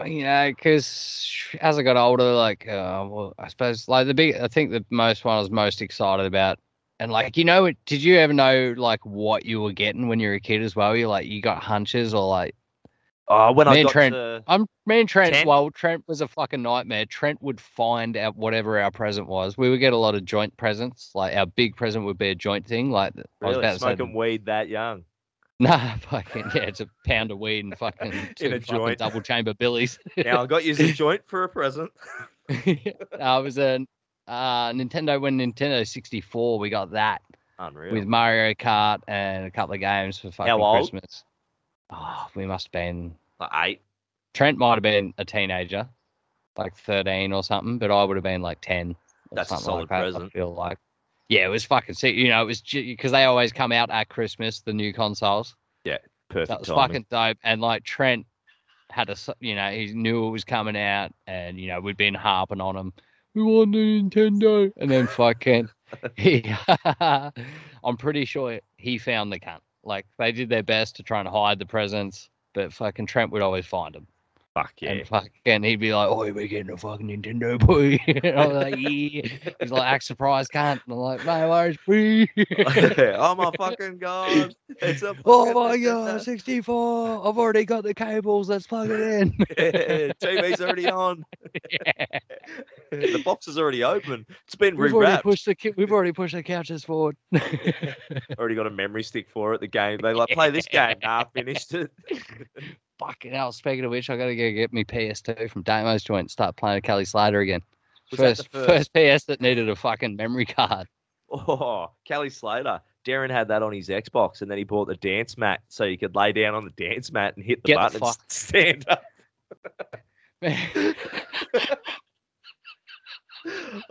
Speaker 6: uh, you know, because as I got older, like, uh, well, I suppose, like the big, I think the most one I was most excited about, and like, you know, did you ever know like what you were getting when you were a kid as well? You like, you got hunches or like.
Speaker 5: Oh, when
Speaker 6: Me
Speaker 5: I
Speaker 6: and
Speaker 5: got
Speaker 6: Trent-
Speaker 5: to-
Speaker 6: I'm me and Trent.
Speaker 5: Trent?
Speaker 6: Well, Trent was a fucking nightmare. Trent would find out whatever our present was. We would get a lot of joint presents. Like our big present would be a joint thing. Like th- I was
Speaker 5: really
Speaker 6: about to say,
Speaker 5: smoking weed that young.
Speaker 6: nah, fucking yeah, it's a pound of weed and fucking two
Speaker 5: a
Speaker 6: fucking
Speaker 5: joint.
Speaker 6: double chamber billies.
Speaker 5: Now I got you a joint for a present.
Speaker 6: I was a uh, Nintendo when Nintendo 64. We got that
Speaker 5: Unreal.
Speaker 6: with Mario Kart and a couple of games for fucking
Speaker 5: old?
Speaker 6: Christmas. Oh, we must have been
Speaker 5: like eight.
Speaker 6: Trent might have been a teenager, like 13 or something, but I would have been like 10. or
Speaker 5: That's
Speaker 6: something
Speaker 5: a
Speaker 6: like
Speaker 5: solid
Speaker 6: that,
Speaker 5: present.
Speaker 6: I feel like. Yeah, it was fucking sick. You know, it was because they always come out at Christmas, the new consoles.
Speaker 5: Perfect
Speaker 6: That was
Speaker 5: timing.
Speaker 6: fucking dope. And like Trent had a, s- you know, he knew it was coming out and, you know, we'd been harping on him. We want the Nintendo. And then fucking, he, I'm pretty sure he found the cunt. Like they did their best to try and hide the presents, but fucking Trent would always find them.
Speaker 5: Fuck yeah.
Speaker 6: And fucking, he'd be like, "Oh, we're getting a fucking Nintendo boy." and I was like, "Yeah." He's like, "Act surprised, cunt." And I'm like, "No worries, boy."
Speaker 5: oh my fucking god! It's a
Speaker 6: oh
Speaker 5: fucking
Speaker 6: my god,
Speaker 5: Nintendo.
Speaker 6: 64! I've already got the cables. Let's plug it in.
Speaker 5: TV's already on. the box is already open. It's been
Speaker 6: we've already
Speaker 5: rewrapped. Already,
Speaker 6: pushed the ca- we've already pushed the couches forward.
Speaker 5: got a memory stick for it. The game they like play this game. Nah, finished it.
Speaker 6: fucking hell. Speaking of which, I gotta go get me PS2 from Damo's joint and start playing Kelly Slater again.
Speaker 5: Was that the
Speaker 6: First, first PS that needed a fucking memory card.
Speaker 5: Oh, Kelly Slater. Darren had that on his Xbox, and then he bought the dance mat so you could lay down on the dance mat and hit the
Speaker 6: Get the
Speaker 5: button and
Speaker 6: fuck-
Speaker 5: s- stand up.
Speaker 6: Man,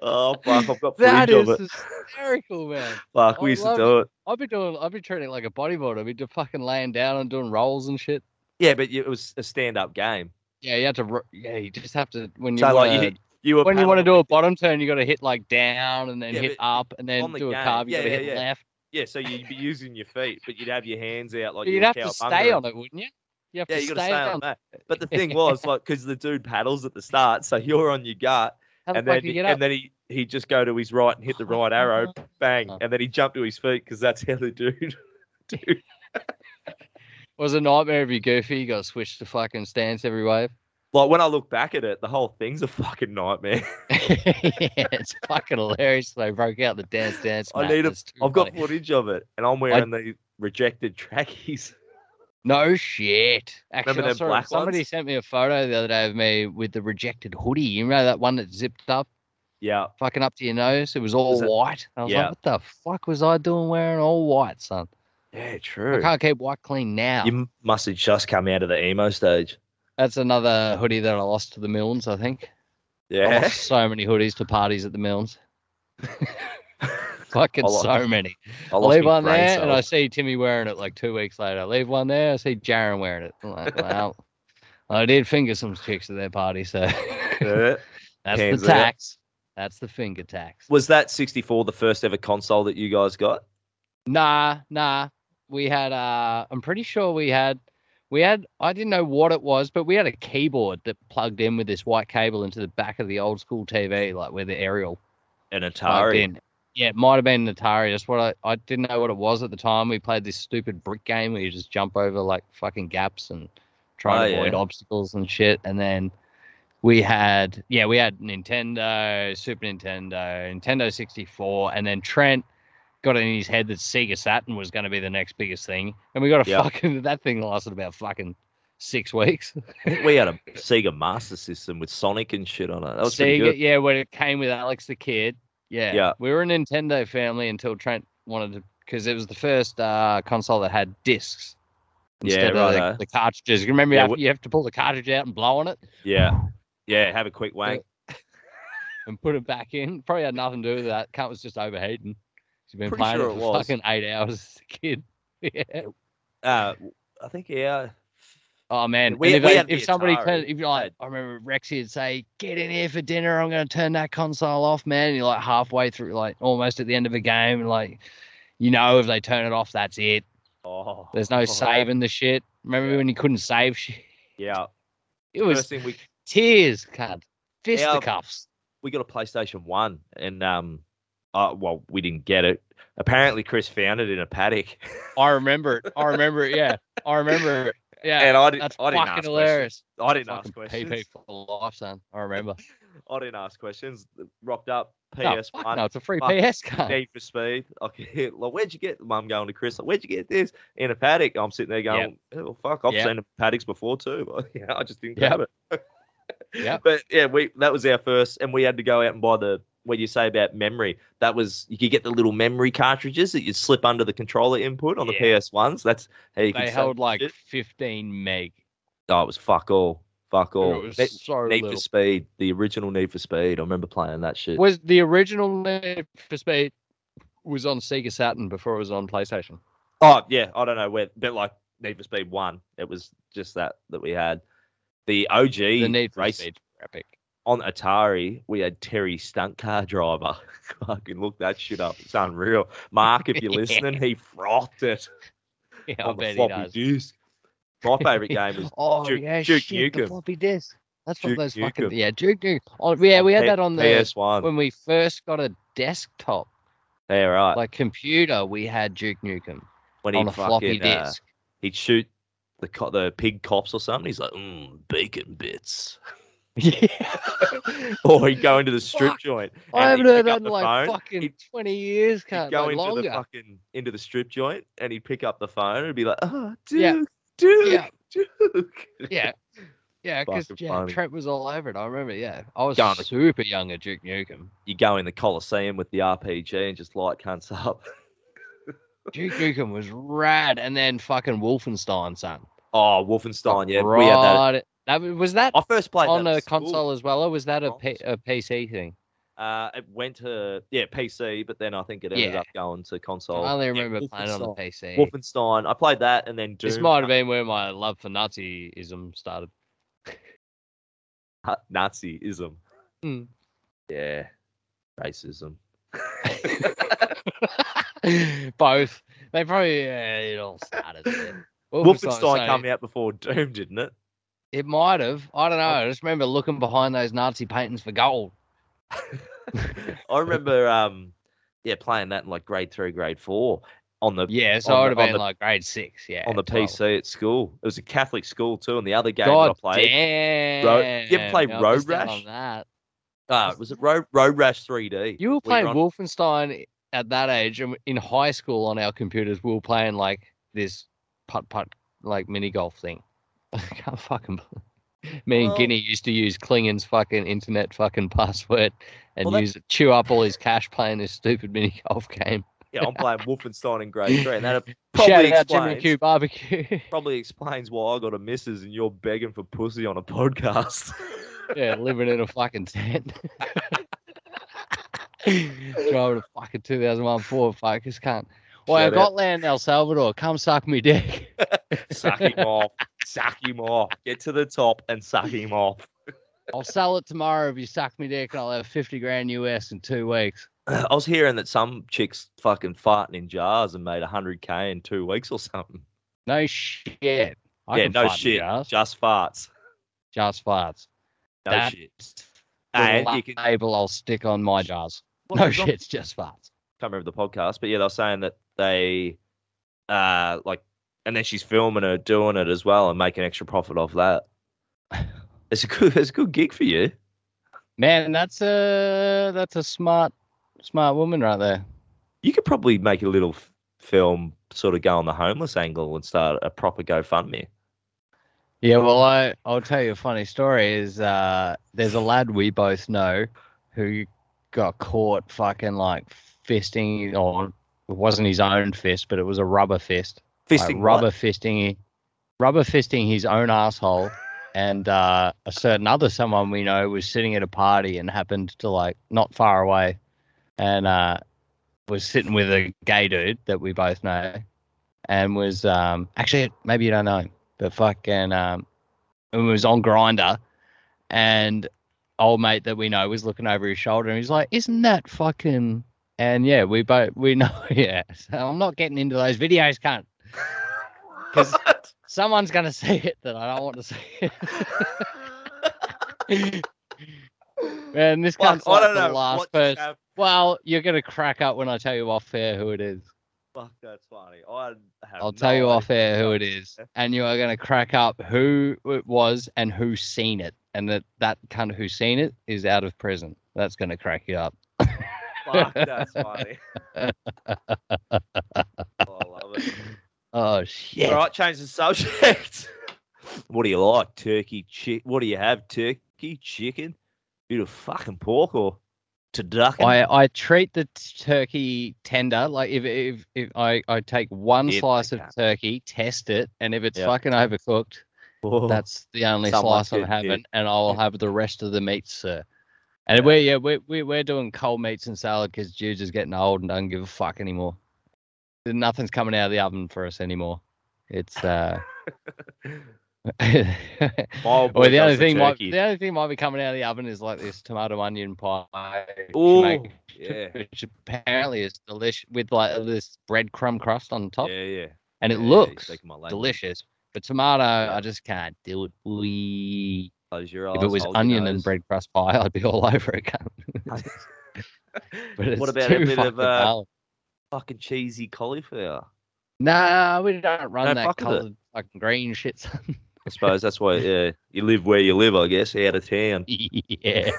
Speaker 5: Oh fuck! I've got
Speaker 6: that
Speaker 5: footage
Speaker 6: is
Speaker 5: of it.
Speaker 6: hysterical, man.
Speaker 5: Fuck,
Speaker 6: I
Speaker 5: we used to
Speaker 6: love
Speaker 5: do it.
Speaker 6: I've been doing, I've been treating it like a bodybuilder. I've been just fucking laying down and doing rolls and shit.
Speaker 5: Yeah, but it was a stand-up game.
Speaker 6: Yeah, you have to, ro- yeah, you just have to when you
Speaker 5: So
Speaker 6: wanna,
Speaker 5: like you, you were
Speaker 6: when you want to
Speaker 5: paddling-
Speaker 6: do a bottom turn, you got to hit like down and then
Speaker 5: Yeah,
Speaker 6: hit
Speaker 5: but
Speaker 6: up and then
Speaker 5: on the
Speaker 6: do a
Speaker 5: game-
Speaker 6: carve. You
Speaker 5: yeah,
Speaker 6: got to
Speaker 5: yeah,
Speaker 6: hit
Speaker 5: yeah.
Speaker 6: left.
Speaker 5: Yeah, so you'd be using your feet, but you'd have your hands out like
Speaker 6: You'd
Speaker 5: you were
Speaker 6: have to stay
Speaker 5: cowabunga.
Speaker 6: on it, wouldn't you? You have
Speaker 5: Yeah,
Speaker 6: to
Speaker 5: you got to
Speaker 6: stay,
Speaker 5: stay on that. But the thing was, like, because the dude paddles at the start, so you're on your gut,
Speaker 6: How the
Speaker 5: and
Speaker 6: fuck
Speaker 5: then
Speaker 6: do you get
Speaker 5: and
Speaker 6: up?
Speaker 5: then he he just go to his right and hit the right arrow,
Speaker 6: Oh.
Speaker 5: bang, and then he jumped to his feet because that's how the dude. dude.
Speaker 6: It was a nightmare if you goofy. You got to switch to fucking stance every wave.
Speaker 5: Like when I look back at it, the whole thing's a fucking nightmare.
Speaker 6: it's fucking hilarious. They broke out the dance dance.
Speaker 5: I
Speaker 6: mat.
Speaker 5: need a-
Speaker 6: It's too
Speaker 5: I've got
Speaker 6: funny.
Speaker 5: footage of it, and I'm wearing the rejected trackies.
Speaker 6: no shit. Actually,
Speaker 5: Remember
Speaker 6: I
Speaker 5: them
Speaker 6: saw-
Speaker 5: black
Speaker 6: somebody
Speaker 5: ones?
Speaker 6: sent me a photo the other day of me with the rejected hoodie. You remember that one that zipped up,
Speaker 5: Yeah,
Speaker 6: fucking up to your nose? It was all
Speaker 5: Was it-
Speaker 6: white. I was
Speaker 5: Yeah.
Speaker 6: like, what the fuck was I doing wearing all white, son?
Speaker 5: yeah,
Speaker 6: I
Speaker 5: true.
Speaker 6: can't keep white clean now.
Speaker 5: You m- must have just come out of the emo stage.
Speaker 6: That's another hoodie that I lost to the Milnes, I think. I
Speaker 5: Yeah,
Speaker 6: lost so many hoodies to parties at the Milnes. Fucking
Speaker 5: I lost-
Speaker 6: so many.
Speaker 5: I
Speaker 6: I
Speaker 5: lost
Speaker 6: leave
Speaker 5: my
Speaker 6: one
Speaker 5: brain
Speaker 6: there and I
Speaker 5: cells.
Speaker 6: see Timmy wearing it like two weeks later. I leave one there, I see Jaron wearing it. I'm like, well, I did finger some chicks at their party, so
Speaker 5: Yeah.
Speaker 6: that's
Speaker 5: Hands
Speaker 6: the
Speaker 5: up.
Speaker 6: tax. That's the finger tax.
Speaker 5: Was that 64 the first ever console that you guys got?
Speaker 6: Nah, nah. We had uh I'm pretty sure we had we had I didn't know what it was, but we had a keyboard that plugged in with this white cable into the back of the old school TV, like where the aerial
Speaker 5: An
Speaker 6: plugged
Speaker 5: Atari.
Speaker 6: in. Yeah, it might have been an Atari. That's what I, I didn't know what it was at the time. We played this stupid brick game where you just jump over like fucking gaps and try
Speaker 5: Oh,
Speaker 6: to
Speaker 5: yeah.
Speaker 6: avoid obstacles and shit. And then we had yeah, we had Nintendo, Super Nintendo, Nintendo sixty four, and then Trent got it in his head that Sega Saturn was going to be the next biggest thing, and we got a
Speaker 5: Yeah.
Speaker 6: fucking that thing lasted about fucking six weeks.
Speaker 5: we had a Sega Master System with Sonic and shit on it. That was pretty
Speaker 6: Sega,
Speaker 5: good.
Speaker 6: yeah, when it came with Alex the Kid. Yeah.
Speaker 5: Yeah.
Speaker 6: We were a Nintendo family until Trent wanted to, because it was the first uh, console that had discs.
Speaker 5: Yeah,
Speaker 6: Instead of the-
Speaker 5: righto.
Speaker 6: the, cartridges. Remember, you
Speaker 5: Yeah,
Speaker 6: have-
Speaker 5: wh-
Speaker 6: you have to pull the cartridge out and blow on it
Speaker 5: Yeah. Yeah, have a quick wank.
Speaker 6: and put it back in. Probably had nothing to do with that. Cunt was just overheating. He's been
Speaker 5: Pretty
Speaker 6: playing
Speaker 5: sure
Speaker 6: it
Speaker 5: it
Speaker 6: for
Speaker 5: was.
Speaker 6: fucking eight hours as a kid. Yeah.
Speaker 5: Uh, I think, yeah.
Speaker 6: Oh man,
Speaker 5: We-
Speaker 6: And if,
Speaker 5: we
Speaker 6: I-
Speaker 5: had
Speaker 6: if
Speaker 5: the
Speaker 6: somebody
Speaker 5: Atari.
Speaker 6: turned, if you're like, I remember Rexy'd say, "Get in here for dinner. I'm going to turn that console off, man." And you're like halfway through, like almost at the end of a game, and like, you know, if they turn it off, that's it.
Speaker 5: Oh,
Speaker 6: There's no saving the shit. Remember when you couldn't save shit?
Speaker 5: yeah.
Speaker 6: It was
Speaker 5: First thing we
Speaker 6: tears, cunt, fisticuffs.
Speaker 5: we got a PlayStation One, and um, uh, well, we didn't get it. Apparently, Chris found it in a paddock,
Speaker 6: I remember it. I remember it. Yeah, I remember it. Yeah,
Speaker 5: and I didn't.
Speaker 6: that's
Speaker 5: I didn't
Speaker 6: fucking
Speaker 5: ask
Speaker 6: hilarious.
Speaker 5: questions. I didn't
Speaker 6: Fucking
Speaker 5: ask questions.
Speaker 6: PP for life, son. I remember.
Speaker 5: I didn't ask questions. Rocked up
Speaker 6: No,
Speaker 5: PS
Speaker 6: fuck
Speaker 5: One.
Speaker 6: no, it's a free
Speaker 5: fuck
Speaker 6: PS card.
Speaker 5: Need for Speed. Okay, like where'd you get? Mum going to Chris. Like, where'd you get this in a paddock? I'm sitting there going, oh fuck, I've
Speaker 6: Yep.
Speaker 5: seen paddocks before too. yeah, I just didn't
Speaker 6: Yep.
Speaker 5: grab it.
Speaker 6: Yep.
Speaker 5: But yeah, we that was our first, and we had to go out and buy the. When you say about memory, that was you could get the little memory cartridges that you slip under the controller input on
Speaker 6: Yeah.
Speaker 5: the PS ones. That's how you could
Speaker 6: they
Speaker 5: save
Speaker 6: held like
Speaker 5: shit.
Speaker 6: 15 meg.
Speaker 5: Oh, it was fuck all, fuck all.
Speaker 6: it was
Speaker 5: Ne-
Speaker 6: so
Speaker 5: Need
Speaker 6: little.
Speaker 5: for Speed, the original Need for Speed. I remember playing that shit.
Speaker 6: Was the original Need for Speed was on Sega Saturn before it was on PlayStation?
Speaker 5: Oh yeah, I don't know where, but like Need for Speed One, it was just that that we had. The OG
Speaker 6: the Need for
Speaker 5: race
Speaker 6: Speed were epic.
Speaker 5: on Atari, we had Terry Stunt Car Driver. Fucking look that shit up. It's unreal. Mark, if you're
Speaker 6: Yeah.
Speaker 5: listening, he frothed it
Speaker 6: Yeah, I
Speaker 5: on the
Speaker 6: bet he
Speaker 5: floppy
Speaker 6: does.
Speaker 5: disk. My favorite game is
Speaker 6: Oh
Speaker 5: Duke-
Speaker 6: yeah,
Speaker 5: Duke
Speaker 6: shit, the
Speaker 5: Nukem.
Speaker 6: floppy disk. That's
Speaker 5: Duke
Speaker 6: what those fucking
Speaker 5: Nukem.
Speaker 6: yeah, Duke Nukem. Oh, yeah, we had that on the
Speaker 5: PS One.
Speaker 6: when we first got a desktop
Speaker 5: Yeah, right.
Speaker 6: like computer. We had Duke Nukem
Speaker 5: when he
Speaker 6: on a floppy
Speaker 5: fucking uh,
Speaker 6: disk.
Speaker 5: he'd shoot the co- the pig cops or something. He's like, mm, bacon bits.
Speaker 6: Yeah,
Speaker 5: or he'd go into the strip
Speaker 6: Fuck.
Speaker 5: joint. and
Speaker 6: I haven't
Speaker 5: he'd
Speaker 6: heard
Speaker 5: pick up
Speaker 6: that in
Speaker 5: the
Speaker 6: like
Speaker 5: phone.
Speaker 6: fucking
Speaker 5: He'd-
Speaker 6: 20 years.
Speaker 5: he'd
Speaker 6: Can't
Speaker 5: go
Speaker 6: like,
Speaker 5: into
Speaker 6: longer.
Speaker 5: the fucking into the strip joint and he'd pick up the phone and be like, "Oh, Duke,
Speaker 6: Yeah.
Speaker 5: Duke,
Speaker 6: Yeah.
Speaker 5: Duke."
Speaker 6: Yeah. Yeah, because
Speaker 5: Fucking
Speaker 6: yeah,
Speaker 5: funny.
Speaker 6: Trent was all over it. I remember. Yeah, I was
Speaker 5: Gone.
Speaker 6: super young at Duke Nukem.
Speaker 5: You go in the Colosseum with the RPG and just light cunts up.
Speaker 6: Duke Nukem was rad, and then fucking Wolfenstein, son.
Speaker 5: Oh, Wolfenstein, yeah, we had that.
Speaker 6: Right- that was- was that
Speaker 5: I first played
Speaker 6: on
Speaker 5: that at
Speaker 6: a
Speaker 5: school.
Speaker 6: console as well, or was that a, P-
Speaker 5: Consoles.
Speaker 6: a PC thing?
Speaker 5: Uh, it went to yeah PC, but then I think it ended
Speaker 6: Yeah.
Speaker 5: up going to console.
Speaker 6: I only
Speaker 5: Yeah,
Speaker 6: remember playing on the
Speaker 5: Wolfenstein.
Speaker 6: PC.
Speaker 5: Wolfenstein. I played that and then Doom.
Speaker 6: this might have been where my love for Nazism started.
Speaker 5: Ha- Nazism.
Speaker 6: Hmm.
Speaker 5: Yeah, racism.
Speaker 6: Both. They probably yeah, it all started. there.
Speaker 5: Wolfenstein
Speaker 6: so-
Speaker 5: came out before Doom, didn't it?
Speaker 6: It might have. I don't know. I just remember looking behind those Nazi paintings for gold.
Speaker 5: I remember, um, yeah, playing that in like grade three, grade four on the
Speaker 6: Yeah, so I
Speaker 5: On the-
Speaker 6: would have
Speaker 5: on
Speaker 6: been
Speaker 5: the-
Speaker 6: like grade six. Yeah,
Speaker 5: on the
Speaker 6: 12.
Speaker 5: PC at school. It was a Catholic school too, and the other game
Speaker 6: God
Speaker 5: that I played,
Speaker 6: damn.
Speaker 5: Road- you ever play
Speaker 6: I missed
Speaker 5: Road
Speaker 6: out on
Speaker 5: Rash?
Speaker 6: that.
Speaker 5: uh, was it Road, Road Rash 3D?
Speaker 6: You were
Speaker 5: We
Speaker 6: playing
Speaker 5: on-
Speaker 6: Wolfenstein at that age, and in high school on our computers, we were playing like this putt putt like mini golf thing. I can't fucking. believe- Me and
Speaker 5: Well-
Speaker 6: Guinea used to use Klingon's fucking internet fucking password and
Speaker 5: Well, that-
Speaker 6: use chew up all his cash playing this stupid mini golf game.
Speaker 5: Yeah, I'm playing Wolfenstein in grade three, and that
Speaker 6: Shout
Speaker 5: probably
Speaker 6: out Jimmy
Speaker 5: explains,
Speaker 6: Q Barbecue.
Speaker 5: probably explains why I got a missus and you're begging for pussy on a podcast.
Speaker 6: yeah, living in a fucking tent. Driving a fucking 2001 Ford Focus, can't. Well, I've
Speaker 5: Shout out.
Speaker 6: got land in El Salvador. Come suck me dick.
Speaker 5: suck him off, suck him off, get to the top and suck him off.
Speaker 6: I'll sell it tomorrow if you suck me dick, and I'll have 50 grand US in two weeks.
Speaker 5: I was hearing that some chicks fucking farting in jars and made 100k in two weeks or something.
Speaker 6: No shit. I
Speaker 5: yeah,
Speaker 6: can
Speaker 5: no
Speaker 6: fart in
Speaker 5: shit,
Speaker 6: Jars.
Speaker 5: just farts.
Speaker 6: Just farts.
Speaker 5: No
Speaker 6: That-
Speaker 5: shit.
Speaker 6: The
Speaker 5: And you can,
Speaker 6: label I'll stick on my jars.
Speaker 5: Well,
Speaker 6: no
Speaker 5: there's not-
Speaker 6: shit, it's just farts.
Speaker 5: can't remember the podcast, but yeah, they were saying that they, uh, like, and then she's filming her doing it as well and making extra profit off that. It's a good, it's a good gig for you.
Speaker 6: Man, that's a that's a smart smart woman right there.
Speaker 5: You could probably make a little f- film, sort of go on the homeless angle and start a proper GoFundMe.
Speaker 6: Yeah, well, I I'll tell you a funny story. Is uh, there's a lad we both know who got caught fucking like fisting on. It wasn't his own fist, but it was a rubber fist. Like,
Speaker 5: Fisting
Speaker 6: rubber
Speaker 5: what?
Speaker 6: fisting, rubber fisting his own asshole. and uh, a certain other someone we know was sitting at a party and happened to like not far away, and uh, was sitting with a gay dude that we both know, and was um, actually maybe you don't know him, but fucking um, and was on grinder, and old mate that we know was looking over his shoulder and he's like, "Isn't that fucking?" And yeah, we both we know. Yeah, so I'm not getting into those videos, cunt. 'Cause someone's gonna see it that I don't want to see it. Man, this cunt's
Speaker 5: Fuck,
Speaker 6: like the last
Speaker 5: what
Speaker 6: person.
Speaker 5: chap-
Speaker 6: Well, you're gonna crack up when I tell you off air who it is.
Speaker 5: Fuck, that's funny. I have
Speaker 6: I'll
Speaker 5: no
Speaker 6: tell you
Speaker 5: idea.
Speaker 6: off air who it is, and you are gonna crack up who it was and who seen it, and that that cunt who seen it is out of prison. That's gonna crack you up.
Speaker 5: Fuck, that's funny. oh, I love it.
Speaker 6: Oh shit!
Speaker 5: All right, change the subject. what do you like? Turkey, chick? What do you have? Turkey, chicken, bit of fucking pork or to duck?
Speaker 6: I, I treat the t- turkey tender like if if, if I, I take one
Speaker 5: If they
Speaker 6: slice of
Speaker 5: can.
Speaker 6: turkey, test it, and if it's
Speaker 5: Yeah.
Speaker 6: fucking overcooked,
Speaker 5: Oh,
Speaker 6: that's the only
Speaker 5: Someone
Speaker 6: slice I'm
Speaker 5: could, yeah.
Speaker 6: having, and I will have the rest of the meats, sir. And we're yeah we're we're, we're doing cold meats and salad because Jude's is getting old and doesn't give a fuck anymore. Nothing's coming out of the oven for us anymore. It's uh.
Speaker 5: Oh,
Speaker 6: Well, the only thing might the only thing might be coming out of the oven is like this tomato onion pie. which
Speaker 5: Oh,
Speaker 6: make-
Speaker 5: yeah,
Speaker 6: which apparently is delicious with like this breadcrumb crust on
Speaker 5: yeah,
Speaker 6: top,
Speaker 5: yeah.
Speaker 6: and it
Speaker 5: Yeah,
Speaker 6: looks
Speaker 5: you're taking my language.
Speaker 6: delicious. But tomato, I just can't do it. Wee.
Speaker 5: Close your
Speaker 6: If it was
Speaker 5: arse, hold your
Speaker 6: onion and
Speaker 5: nose.
Speaker 6: bread crust pie, I'd be all over it. cunt. but it's
Speaker 5: what about
Speaker 6: too
Speaker 5: a bit
Speaker 6: fucking
Speaker 5: of uh,
Speaker 6: hard.
Speaker 5: fucking cheesy cauliflower?
Speaker 6: Nah, we don't run
Speaker 5: Don't
Speaker 6: that
Speaker 5: fuck with it.
Speaker 6: coloured fucking green shit. son.
Speaker 5: I suppose that's why yeah, you live where you live, I guess, out of town.
Speaker 6: yeah,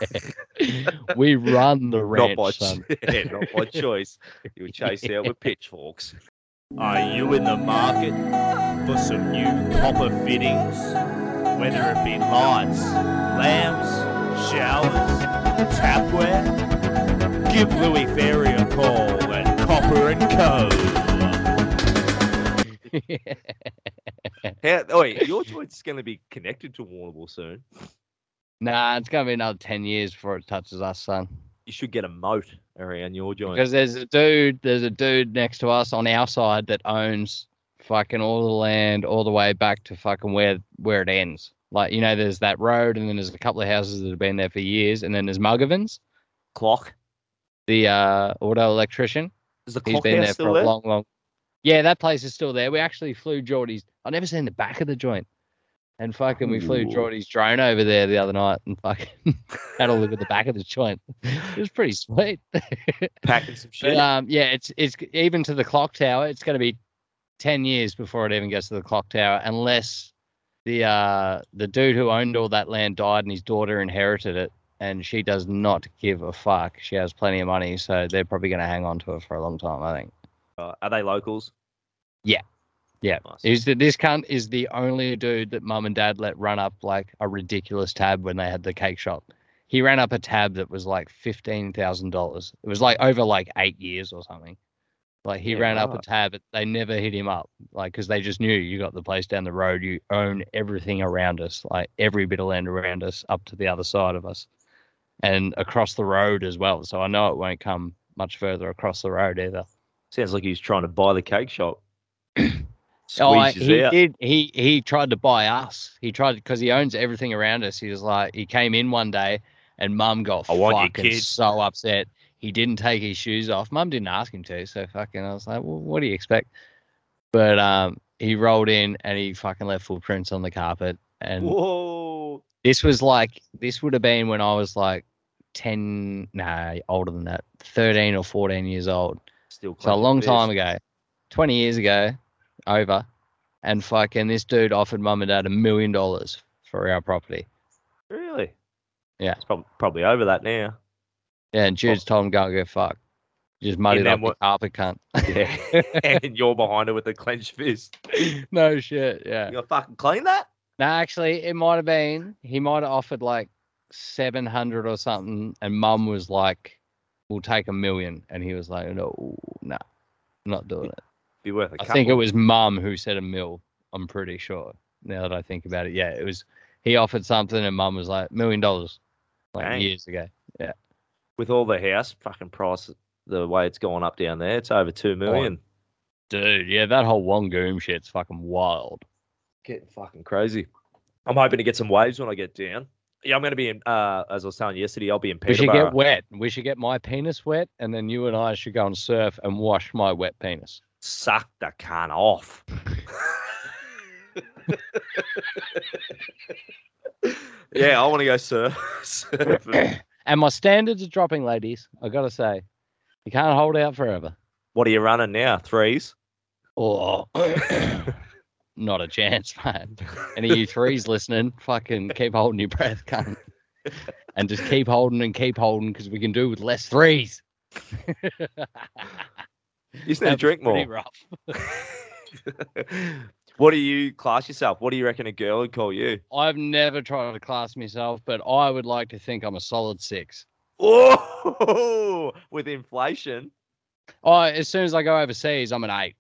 Speaker 6: we run the ranch.
Speaker 5: not by
Speaker 6: son.
Speaker 5: yeah, not by choice. You were chased out with pitchforks.
Speaker 1: Are you in the market for some new copper fittings? Whether it be lights, lamps, showers, tapware? Give Louis Ferry a call at Copper and Co.
Speaker 5: How, oh, wait, your joint's going to be connected to Warnable soon.
Speaker 6: Nah, it's gonna be another ten years before it touches us, son.
Speaker 5: You should get a moat around your joint.
Speaker 6: Because there's a dude, there's a dude next to us on our side that owns fucking all the land all the way back to fucking where where it ends. Like you know, there's that road, and then there's a couple of houses that have been there for years, and then there's Muggivans,
Speaker 5: Clock.
Speaker 6: the uh, auto electrician.
Speaker 5: Is the
Speaker 6: He's
Speaker 5: clock
Speaker 6: been
Speaker 5: house
Speaker 6: there for
Speaker 5: still
Speaker 6: a
Speaker 5: there?
Speaker 6: long, long. Yeah, that place is still there. We actually flew Geordie's. I never seen the back of the joint. And fucking, we flew
Speaker 5: Ooh.
Speaker 6: Geordie's drone over there the other night and fucking had a look at the back of the joint. It was pretty sweet.
Speaker 5: Packing some shit.
Speaker 6: But, um, yeah, it's it's even to the clock tower. It's going to be ten years before it even gets to the clock tower, unless the uh, the dude who owned all that land died and his daughter inherited it, and she does not give a fuck. She has plenty of money, so they're probably going to hang on to it for a long time. I think.
Speaker 5: Uh, are they locals?
Speaker 6: Yeah. Yeah.
Speaker 5: Nice.
Speaker 6: Is that this cunt is the only dude that mum and dad let run up like a ridiculous tab when they had the cake shop. He ran up a tab that was like fifteen thousand dollars. It was like over like eight years or something. Like he
Speaker 5: Yeah,
Speaker 6: ran up a
Speaker 5: right.
Speaker 6: tab, but they never hit him up. Like because they just knew you got the place down the road, you own everything around us, like every bit of land around us, up to the other side of us, and across the road as well. So I know it won't come much further across the road either.
Speaker 5: Sounds like he's trying to buy the cake shop. Squeeze
Speaker 6: Oh, I-
Speaker 5: us
Speaker 6: he
Speaker 5: out.
Speaker 6: did. He he tried to buy us. He tried because he owns everything around us. He was like, he came in one day, and Mum got
Speaker 5: I want your
Speaker 6: fucking
Speaker 5: kids.
Speaker 6: so upset. He didn't take his shoes off. Mum didn't ask him to, so fucking. I was like, well, what do you expect? But um, he rolled in and he fucking left footprints on the carpet. And
Speaker 5: Whoa.
Speaker 6: this was like this would have been when I was like ten, nah, older than that, thirteen or fourteen years old.
Speaker 5: Still
Speaker 6: So a
Speaker 5: clenching
Speaker 6: long
Speaker 5: fist.
Speaker 6: time ago, 20 years ago, over, and fucking this dude offered mum and dad a million dollars for our property.
Speaker 5: Really?
Speaker 6: Yeah.
Speaker 5: It's prob- probably over that now.
Speaker 6: Yeah, and Jude's told him go and get fucked. Just muddied
Speaker 5: Oh. then
Speaker 6: up
Speaker 5: what-
Speaker 6: the carpet cunt.
Speaker 5: Yeah. and you're behind it with a clenched fist.
Speaker 6: no shit, yeah.
Speaker 5: You gonna fucking clean that?
Speaker 6: No, actually, it might have been. He might have offered like 700 or something, and mum was like, we'll take a million. And he was like, no, no, not doing it.
Speaker 5: Be worth a
Speaker 6: I
Speaker 5: couple.
Speaker 6: think it was mum who said a mill. I'm pretty sure. Now that I think about it, yeah, it was. He offered something, and mum was like million dollars, like
Speaker 5: Dang.
Speaker 6: years ago.
Speaker 5: with all the house fucking price the way it's gone up down there, it's over two million.
Speaker 6: Dude, yeah, that whole Wongoom shit's fucking wild.
Speaker 5: Getting fucking crazy. I'm hoping to get some waves when I get down. Yeah, I'm gonna be in uh as I was telling you yesterday, I'll be in
Speaker 6: We should
Speaker 5: Peterborough.
Speaker 6: get wet. We should get my penis wet, and then you and I should go and surf and wash my wet penis.
Speaker 5: Suck the can off. yeah, I wanna go surf. surf and-
Speaker 6: And my standards are dropping, ladies. I gotta say, you can't hold out forever.
Speaker 5: what are you running now? Threes?
Speaker 6: Oh, not a chance, man. Any of you threes listening, fucking keep holding your breath, cunt. And just keep holding and keep holding because we can do with less threes.
Speaker 5: You just need to
Speaker 6: That
Speaker 5: drink
Speaker 6: Pretty
Speaker 5: more.
Speaker 6: rough.
Speaker 5: what do you class yourself? What do you reckon a girl would call you?
Speaker 6: I've never tried to class myself, but I would like to think I'm a solid six.
Speaker 5: Oh, with inflation.
Speaker 6: Oh, as soon as I go overseas, I'm an eight.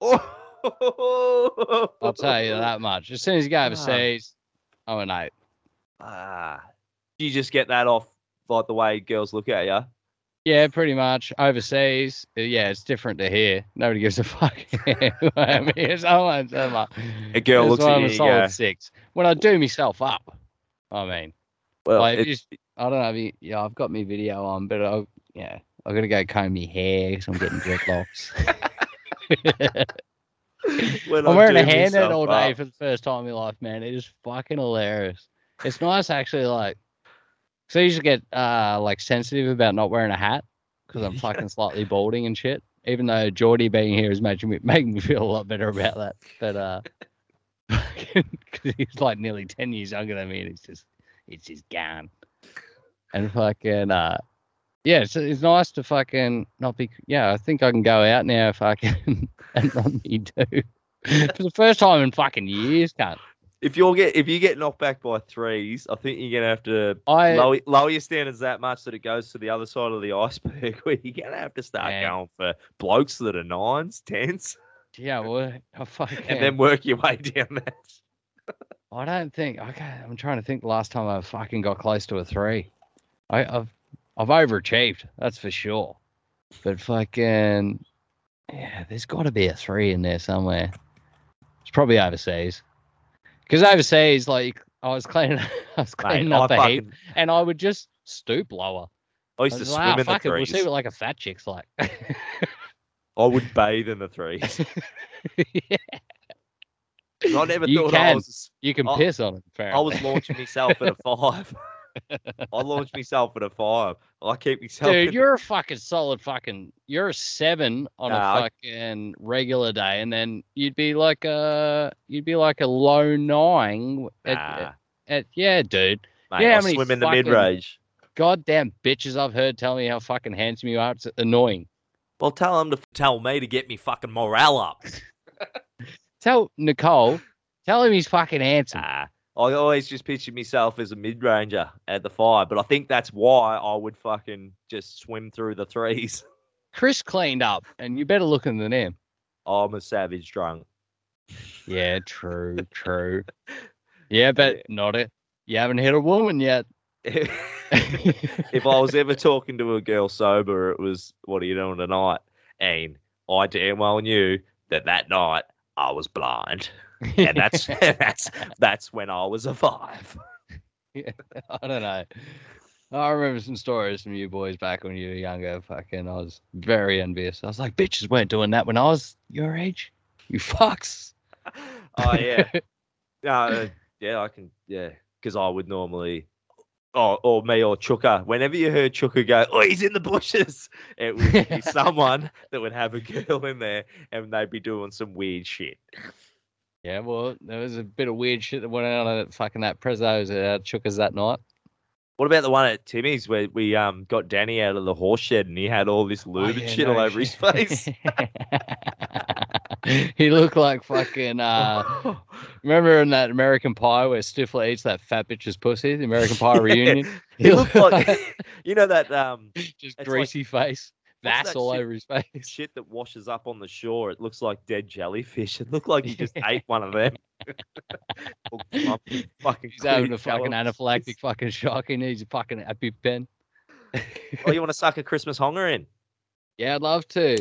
Speaker 5: Oh,
Speaker 6: I'll tell you that much. As soon as you go overseas, I'm an eight.
Speaker 5: Ah, you just get that off like the way girls look at you.
Speaker 6: Yeah, pretty much. Overseas, uh, yeah, it's different to here. Nobody gives a fuck. I mean, it's almost, I'm like,
Speaker 5: A girl
Speaker 6: that's
Speaker 5: looks
Speaker 6: why
Speaker 5: at
Speaker 6: I'm
Speaker 5: you.
Speaker 6: a
Speaker 5: and
Speaker 6: solid
Speaker 5: go,
Speaker 6: six. When I do myself up, I mean,
Speaker 5: Well,
Speaker 6: like,
Speaker 5: it-
Speaker 6: just- I don't know. If you, yeah, I've got my video on, but I, yeah, i got to go comb my hair 'cause I'm getting dreadlocks.
Speaker 5: when
Speaker 6: I'm wearing a
Speaker 5: do
Speaker 6: hairnet
Speaker 5: myself uh,
Speaker 6: all day
Speaker 5: up,
Speaker 6: for the first time in my life, man. It is fucking hilarious. It's nice actually, like, so you should get uh like sensitive about not wearing a hat because I'm
Speaker 5: Yeah.
Speaker 6: fucking slightly balding and shit. Even though Geordie being here is making me making me feel a lot better about that, but uh, because he's like nearly ten years younger than me, and it's just it's just gone. And fucking uh, yeah, it's it's nice to fucking not be. Yeah, I think I can go out now, fucking, and not be too. For the first time in fucking years, cunt.
Speaker 5: If you'll get if you get knocked back by threes, I think you're gonna have to
Speaker 6: I
Speaker 5: lower, lower your standards that much that it goes to the other side of the iceberg. Where you're gonna have to start
Speaker 6: Yeah.
Speaker 5: going for blokes that are nines, tens,
Speaker 6: yeah, well, I fucking.
Speaker 5: and then work your way down that.
Speaker 6: I don't think. Okay, I'm trying to think. The last time I fucking got close to a three, I, I've I've overachieved. That's for sure. But fucking yeah, there's got to be a three in there somewhere. It's probably overseas, because overseas, like I was cleaning, I was cleaning
Speaker 5: Mate, I
Speaker 6: up a
Speaker 5: fucking
Speaker 6: heap, and I would just stoop lower.
Speaker 5: I
Speaker 6: I
Speaker 5: used to
Speaker 6: was
Speaker 5: swim
Speaker 6: like, "Ah,
Speaker 5: in the
Speaker 6: fuck it, we'll
Speaker 5: threes.
Speaker 6: see what like a fat chick's like.
Speaker 5: I would bathe in the threes.
Speaker 6: Yeah,
Speaker 5: I never
Speaker 6: You
Speaker 5: thought I
Speaker 6: can.
Speaker 5: was.
Speaker 6: you can
Speaker 5: I-
Speaker 6: piss on it. Apparently.
Speaker 5: I was launching myself at a five. I launched myself at a five. I keep myself. in
Speaker 6: Dude,
Speaker 5: the-
Speaker 6: you're a fucking solid fucking. You're a seven on
Speaker 5: Nah, I-
Speaker 6: a fucking regular day, and then you'd be like a you'd be like a low nine. At,
Speaker 5: Nah,
Speaker 6: at- at- yeah, dude.
Speaker 5: mate,
Speaker 6: yeah,
Speaker 5: I
Speaker 6: how many
Speaker 5: swim in the
Speaker 6: fucking-
Speaker 5: mid range.
Speaker 6: Goddamn bitches, I've heard tell me how fucking handsome you are. It's annoying.
Speaker 5: Well, tell him to
Speaker 1: Tell me to get me fucking morale up.
Speaker 6: Tell Nicole, tell him he's fucking handsome.
Speaker 5: Nah. I always just pictured myself as a mid ranger at the five, but I think that's why I would fucking just swim through the threes.
Speaker 6: Chris cleaned up, and you better looking than him.
Speaker 5: I'm a savage drunk.
Speaker 6: Yeah, true, true. Yeah, but not it. You haven't hit a woman yet.
Speaker 5: if I was ever talking to a girl sober, it was, What are you doing tonight? And I damn well knew that that night I was blind. And that's that's that's when I was a five.
Speaker 6: I don't know. I remember some stories from you boys back when you were younger. Fucking, I was very envious. I was like, bitches weren't doing that when I was your age. You fucks.
Speaker 5: Oh, yeah. Uh, yeah, I can. Yeah, because I would normally, or or me or Chuka. Whenever you heard Chuka go, "Oh, he's in the bushes," it would be someone that would have a girl in there, and they'd be doing some weird shit.
Speaker 6: yeah, well, there was a bit of weird shit that went on at fucking that Prezzo's at Chuckers that night.
Speaker 5: What about the one at Timmy's where we um got Danny out of the horse shed and he had all this
Speaker 6: Oh,
Speaker 5: lube and
Speaker 6: yeah,
Speaker 5: shit
Speaker 6: no
Speaker 5: all over his face?
Speaker 6: shit. he looked like fucking. Uh, remember in that American Pie where Stifler eats that fat bitch's pussy? The American Pie reunion.
Speaker 5: he looked like you know that um
Speaker 6: just
Speaker 5: like-
Speaker 6: greasy face.
Speaker 5: What's
Speaker 6: That's
Speaker 5: that
Speaker 6: all
Speaker 5: shit?
Speaker 6: over his face.
Speaker 5: shit that washes up on the shore. It looks like dead jellyfish. It looked like he just ate one of them. Or clumped with fucking
Speaker 6: He's having
Speaker 5: clear
Speaker 6: a fucking
Speaker 5: jellyfish.
Speaker 6: anaphylactic fucking shock. He needs a fucking EpiPen.
Speaker 5: Oh, you want to suck a Christmas honger in?
Speaker 6: Yeah, I'd love to.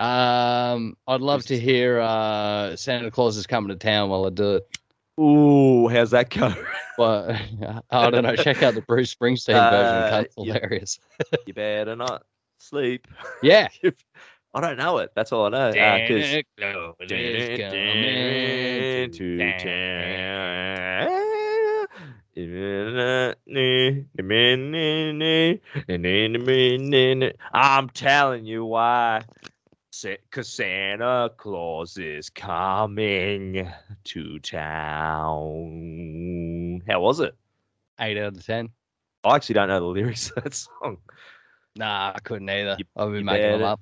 Speaker 6: Um, I'd love to
Speaker 5: This-
Speaker 6: hear uh, Santa Claus is coming to town while I do it.
Speaker 5: Ooh, how's that go?
Speaker 6: But I don't know. Check out the Bruce Springsteen
Speaker 5: Uh,
Speaker 6: version. It's
Speaker 5: yeah.
Speaker 6: hilarious.
Speaker 5: you better not sleep.
Speaker 6: Yeah. eh,
Speaker 5: I don't know it. That's all I know. Uh, 'cause- Dun, to town. Ah, I'm telling you why. Because Santa Claus is coming to town. How was it?
Speaker 6: Eight out of ten.
Speaker 5: I actually don't know the lyrics of that song.
Speaker 6: Nah, I couldn't either.
Speaker 5: You-
Speaker 6: I've been
Speaker 5: you
Speaker 6: making them
Speaker 5: bet.
Speaker 6: up.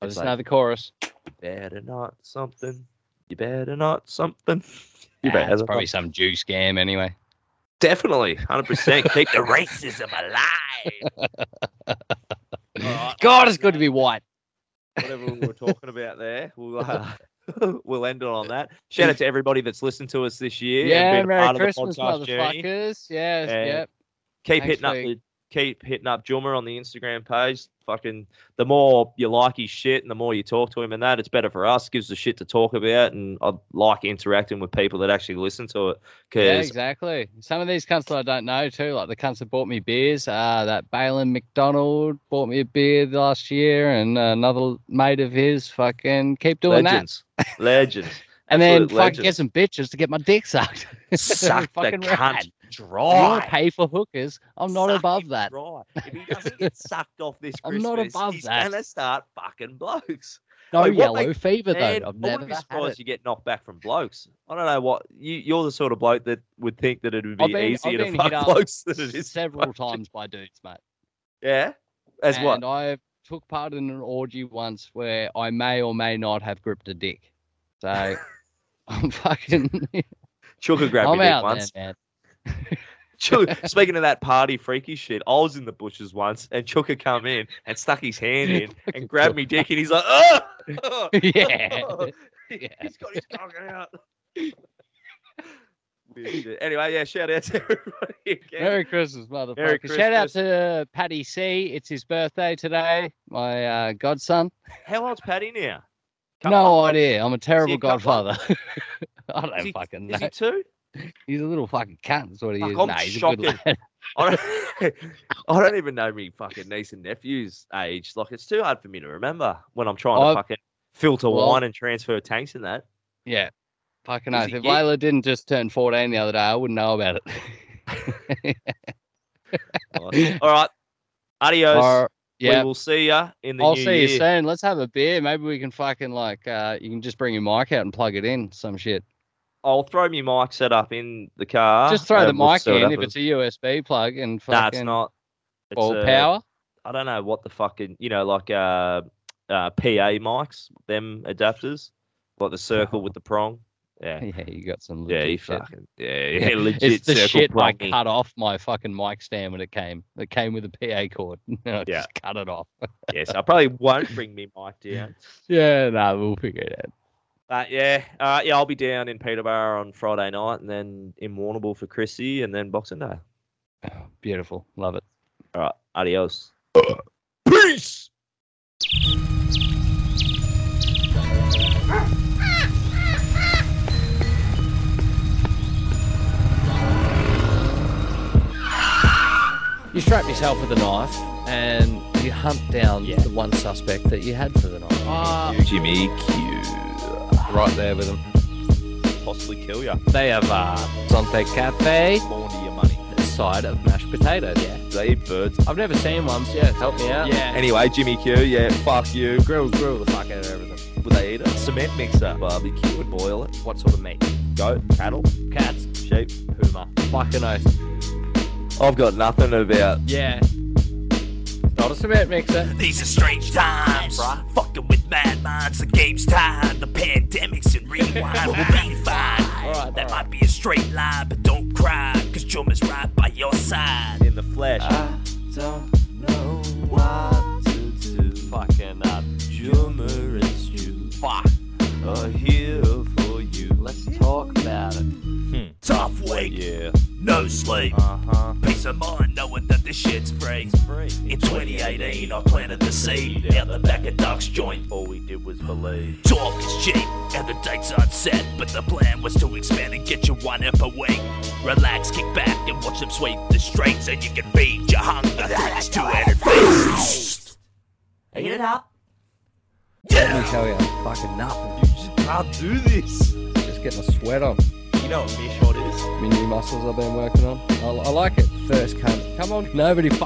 Speaker 6: I
Speaker 5: It's
Speaker 6: just
Speaker 5: like-
Speaker 6: know the chorus.
Speaker 5: Better not something. You better not something. Ah, You
Speaker 6: Nah, it's
Speaker 5: not-
Speaker 6: probably some Jew scam anyway.
Speaker 5: Definitely, hundred percent. Keep the racism alive. God,
Speaker 6: it's good to be white.
Speaker 5: Whatever we were talking about there, we'll uh, we'll end it on that. Shout out to everybody that's listened to us this year. and
Speaker 6: Yeah,
Speaker 5: been a
Speaker 6: Merry
Speaker 5: part
Speaker 6: Christmas,
Speaker 5: of the podcast journey.
Speaker 6: motherfuckers. Yes,
Speaker 5: And
Speaker 6: yep.
Speaker 5: Keep
Speaker 6: Thanks
Speaker 5: hitting up
Speaker 6: for-
Speaker 5: the keep hitting up Jummer on the Instagram page. Fucking the more you like his shit and the more you talk to him and that, it's better for us. Gives us shit to talk about, and I like interacting with people that actually listen to it. Because
Speaker 6: Yeah, exactly. Some of these cunts that I don't know too, like the cunts that bought me beers. Uh, that Balin McDonald bought me a beer last year, and another mate of his. Fucking keep doing
Speaker 5: legends, legends.
Speaker 6: that, and then
Speaker 5: absolute
Speaker 6: fucking get
Speaker 5: legends.
Speaker 6: some bitches to get my dick sucked.
Speaker 5: suck the
Speaker 6: Fucking
Speaker 5: cunt
Speaker 6: rad. I
Speaker 5: dry.
Speaker 6: pay for hookers. I'm not
Speaker 5: Suck
Speaker 6: above
Speaker 5: it
Speaker 6: that.
Speaker 5: Dry. If he doesn't get sucked off this
Speaker 6: I'm
Speaker 5: Christmas,
Speaker 6: not above
Speaker 5: he's
Speaker 6: that.
Speaker 5: gonna start fucking blokes.
Speaker 6: No
Speaker 5: Like, what
Speaker 6: yellow
Speaker 5: makes-
Speaker 6: fever though.
Speaker 5: Man,
Speaker 6: I've
Speaker 5: I wouldn't
Speaker 6: never
Speaker 5: be
Speaker 6: had
Speaker 5: surprised
Speaker 6: it.
Speaker 5: you get knocked back from blokes. I don't know what you, you're the sort of bloke that would think that it would be
Speaker 6: I've been- I've
Speaker 5: easier to
Speaker 6: been
Speaker 5: fuck
Speaker 6: hit up
Speaker 5: blokes than it is. to
Speaker 6: Several
Speaker 5: fuck-
Speaker 6: times by dudes, mate.
Speaker 5: Yeah. As
Speaker 6: and
Speaker 5: what?
Speaker 6: I took part in an orgy once where I may or may not have gripped a dick. So I'm fucking.
Speaker 5: Chuka grabbed
Speaker 6: I'm
Speaker 5: me dick
Speaker 6: out
Speaker 5: once.
Speaker 6: there, man.
Speaker 5: Chuka, speaking of that party freaky shit, I was in the bushes once and Chuka come in and stuck his hand in and grabbed me dick and he's like, oh!
Speaker 6: yeah.
Speaker 5: He's got his dog out. Weird shit. anyway, yeah, shout out to everybody again.
Speaker 6: Merry Christmas, motherfucker.
Speaker 5: Merry
Speaker 6: Shout out
Speaker 5: Christmas.
Speaker 6: to uh, Paddy C. It's his birthday today, my uh, godson.
Speaker 5: How old's Paddy now?
Speaker 6: no
Speaker 5: Couple?
Speaker 6: idea. I'm a terrible
Speaker 5: couple?
Speaker 6: godfather. I don't
Speaker 5: he-
Speaker 6: fucking
Speaker 5: Is
Speaker 6: know.
Speaker 5: he two?
Speaker 6: He's a little fucking cunt. That's what he
Speaker 5: Fuck,
Speaker 6: is.
Speaker 5: I'm
Speaker 6: Nah, he's a good
Speaker 5: shocked.
Speaker 6: lad.
Speaker 5: I don't, I don't even know me fucking niece and nephew's age. Like it's too hard for me to remember when I'm trying
Speaker 6: I've-
Speaker 5: to fucking filter
Speaker 6: Well-
Speaker 5: wine and transfer tanks and that.
Speaker 6: Yeah. Fucking
Speaker 5: Is
Speaker 6: oath.
Speaker 5: he
Speaker 6: If
Speaker 5: gay?
Speaker 6: Layla didn't just turn 14 the other day, I wouldn't know about it.
Speaker 5: All right, adios.
Speaker 6: Or- yeah.
Speaker 5: We will see ya in the
Speaker 6: I'll see
Speaker 5: new year.
Speaker 6: you soon. Let's have a beer. Maybe we can fucking like, uh, you can just bring your mic out and plug it in. Some shit.
Speaker 5: I'll throw my mic set up in the car.
Speaker 6: just throw the
Speaker 5: and Ah, we'll
Speaker 6: mic
Speaker 5: see what
Speaker 6: in if
Speaker 5: happens.
Speaker 6: it's a USB plug and
Speaker 5: Nah,
Speaker 6: fucking
Speaker 5: it's not. It's
Speaker 6: all
Speaker 5: a-
Speaker 6: power.
Speaker 5: I don't know what the fucking you know like uh, uh PA mics, them adapters, like the circle with the prong. Yeah,
Speaker 6: Yeah, you got some.
Speaker 5: yeah,
Speaker 6: Legit
Speaker 5: you
Speaker 6: shit.
Speaker 5: fucking yeah, yeah, legit
Speaker 6: it's the
Speaker 5: circle
Speaker 6: shit I
Speaker 5: prongy.
Speaker 6: cut off my fucking mic stand when it came. It came with a PA cord. And I
Speaker 5: Yeah.
Speaker 6: just cut it off.
Speaker 5: Yes, I probably won't bring me mic down.
Speaker 6: Yeah, nah, we'll figure it out.
Speaker 5: But yeah, uh, yeah, I'll be down in Peterborough on Friday night, and then in Warrnambool for Chrissy, and then Boxing Day.
Speaker 6: Beautiful. Love it.
Speaker 5: All right, adios. Peace.
Speaker 7: You strap yourself with a knife and you hunt down the one suspect that you had for the night.
Speaker 5: Ah.
Speaker 8: Jimmy Q.
Speaker 7: Right there with them.
Speaker 5: Possibly kill ya.
Speaker 7: They have uh, Zonte Cafe,
Speaker 8: Born to your money.
Speaker 7: a side of mashed potatoes. Yeah.
Speaker 8: They eat birds.
Speaker 7: I've never seen one, so yeah, help me out. Yeah.
Speaker 8: Anyway, Jimmy Q, yeah, fuck you.
Speaker 7: Grill, grill the fuck out of everything.
Speaker 8: Would they eat it? Cement mixer. Barbecue and boil it.
Speaker 7: What sort of meat?
Speaker 8: Goat, cattle,
Speaker 7: Cats,
Speaker 8: sheep.
Speaker 7: puma, fucking oath.
Speaker 8: I've got nothing about
Speaker 7: Yeah. Not a cement mixer.
Speaker 9: These are strange times. Fucking with mad minds, the game's tied. The pandemic's in rewind. we'll be fine.
Speaker 7: Alright,
Speaker 9: that
Speaker 7: alright.
Speaker 9: might be a straight line, but don't cry, cause Jum is right by your side.
Speaker 5: In the flesh.
Speaker 8: Ah.
Speaker 7: Fucking uh,
Speaker 8: humorous you.
Speaker 7: fuck.
Speaker 8: Are here for you.
Speaker 7: Let's talk about it.
Speaker 9: Tough week,
Speaker 8: Yeah.
Speaker 9: no sleep.
Speaker 8: Uh huh.
Speaker 9: Peace of mind knowing that this shit's free.
Speaker 5: Free.
Speaker 9: In 2018, I planted the seed out the back of Doc's joint.
Speaker 5: All we did was believe.
Speaker 9: Talk is cheap, and the dates aren't set, but the plan was to expand and get you one up a week. Relax, kick back, and watch them sweep the streets, and you can feed your hunger things two-headed beasts. Eat it up.
Speaker 6: Let
Speaker 9: Yeah.
Speaker 6: me tell you, I'm fucking nothing.
Speaker 5: You just can't do this.
Speaker 6: Just getting a sweat on.
Speaker 5: You know what Mishot is?
Speaker 6: My new muscles I've been working on. I, I like it. First, come, come on. Nobody fucking.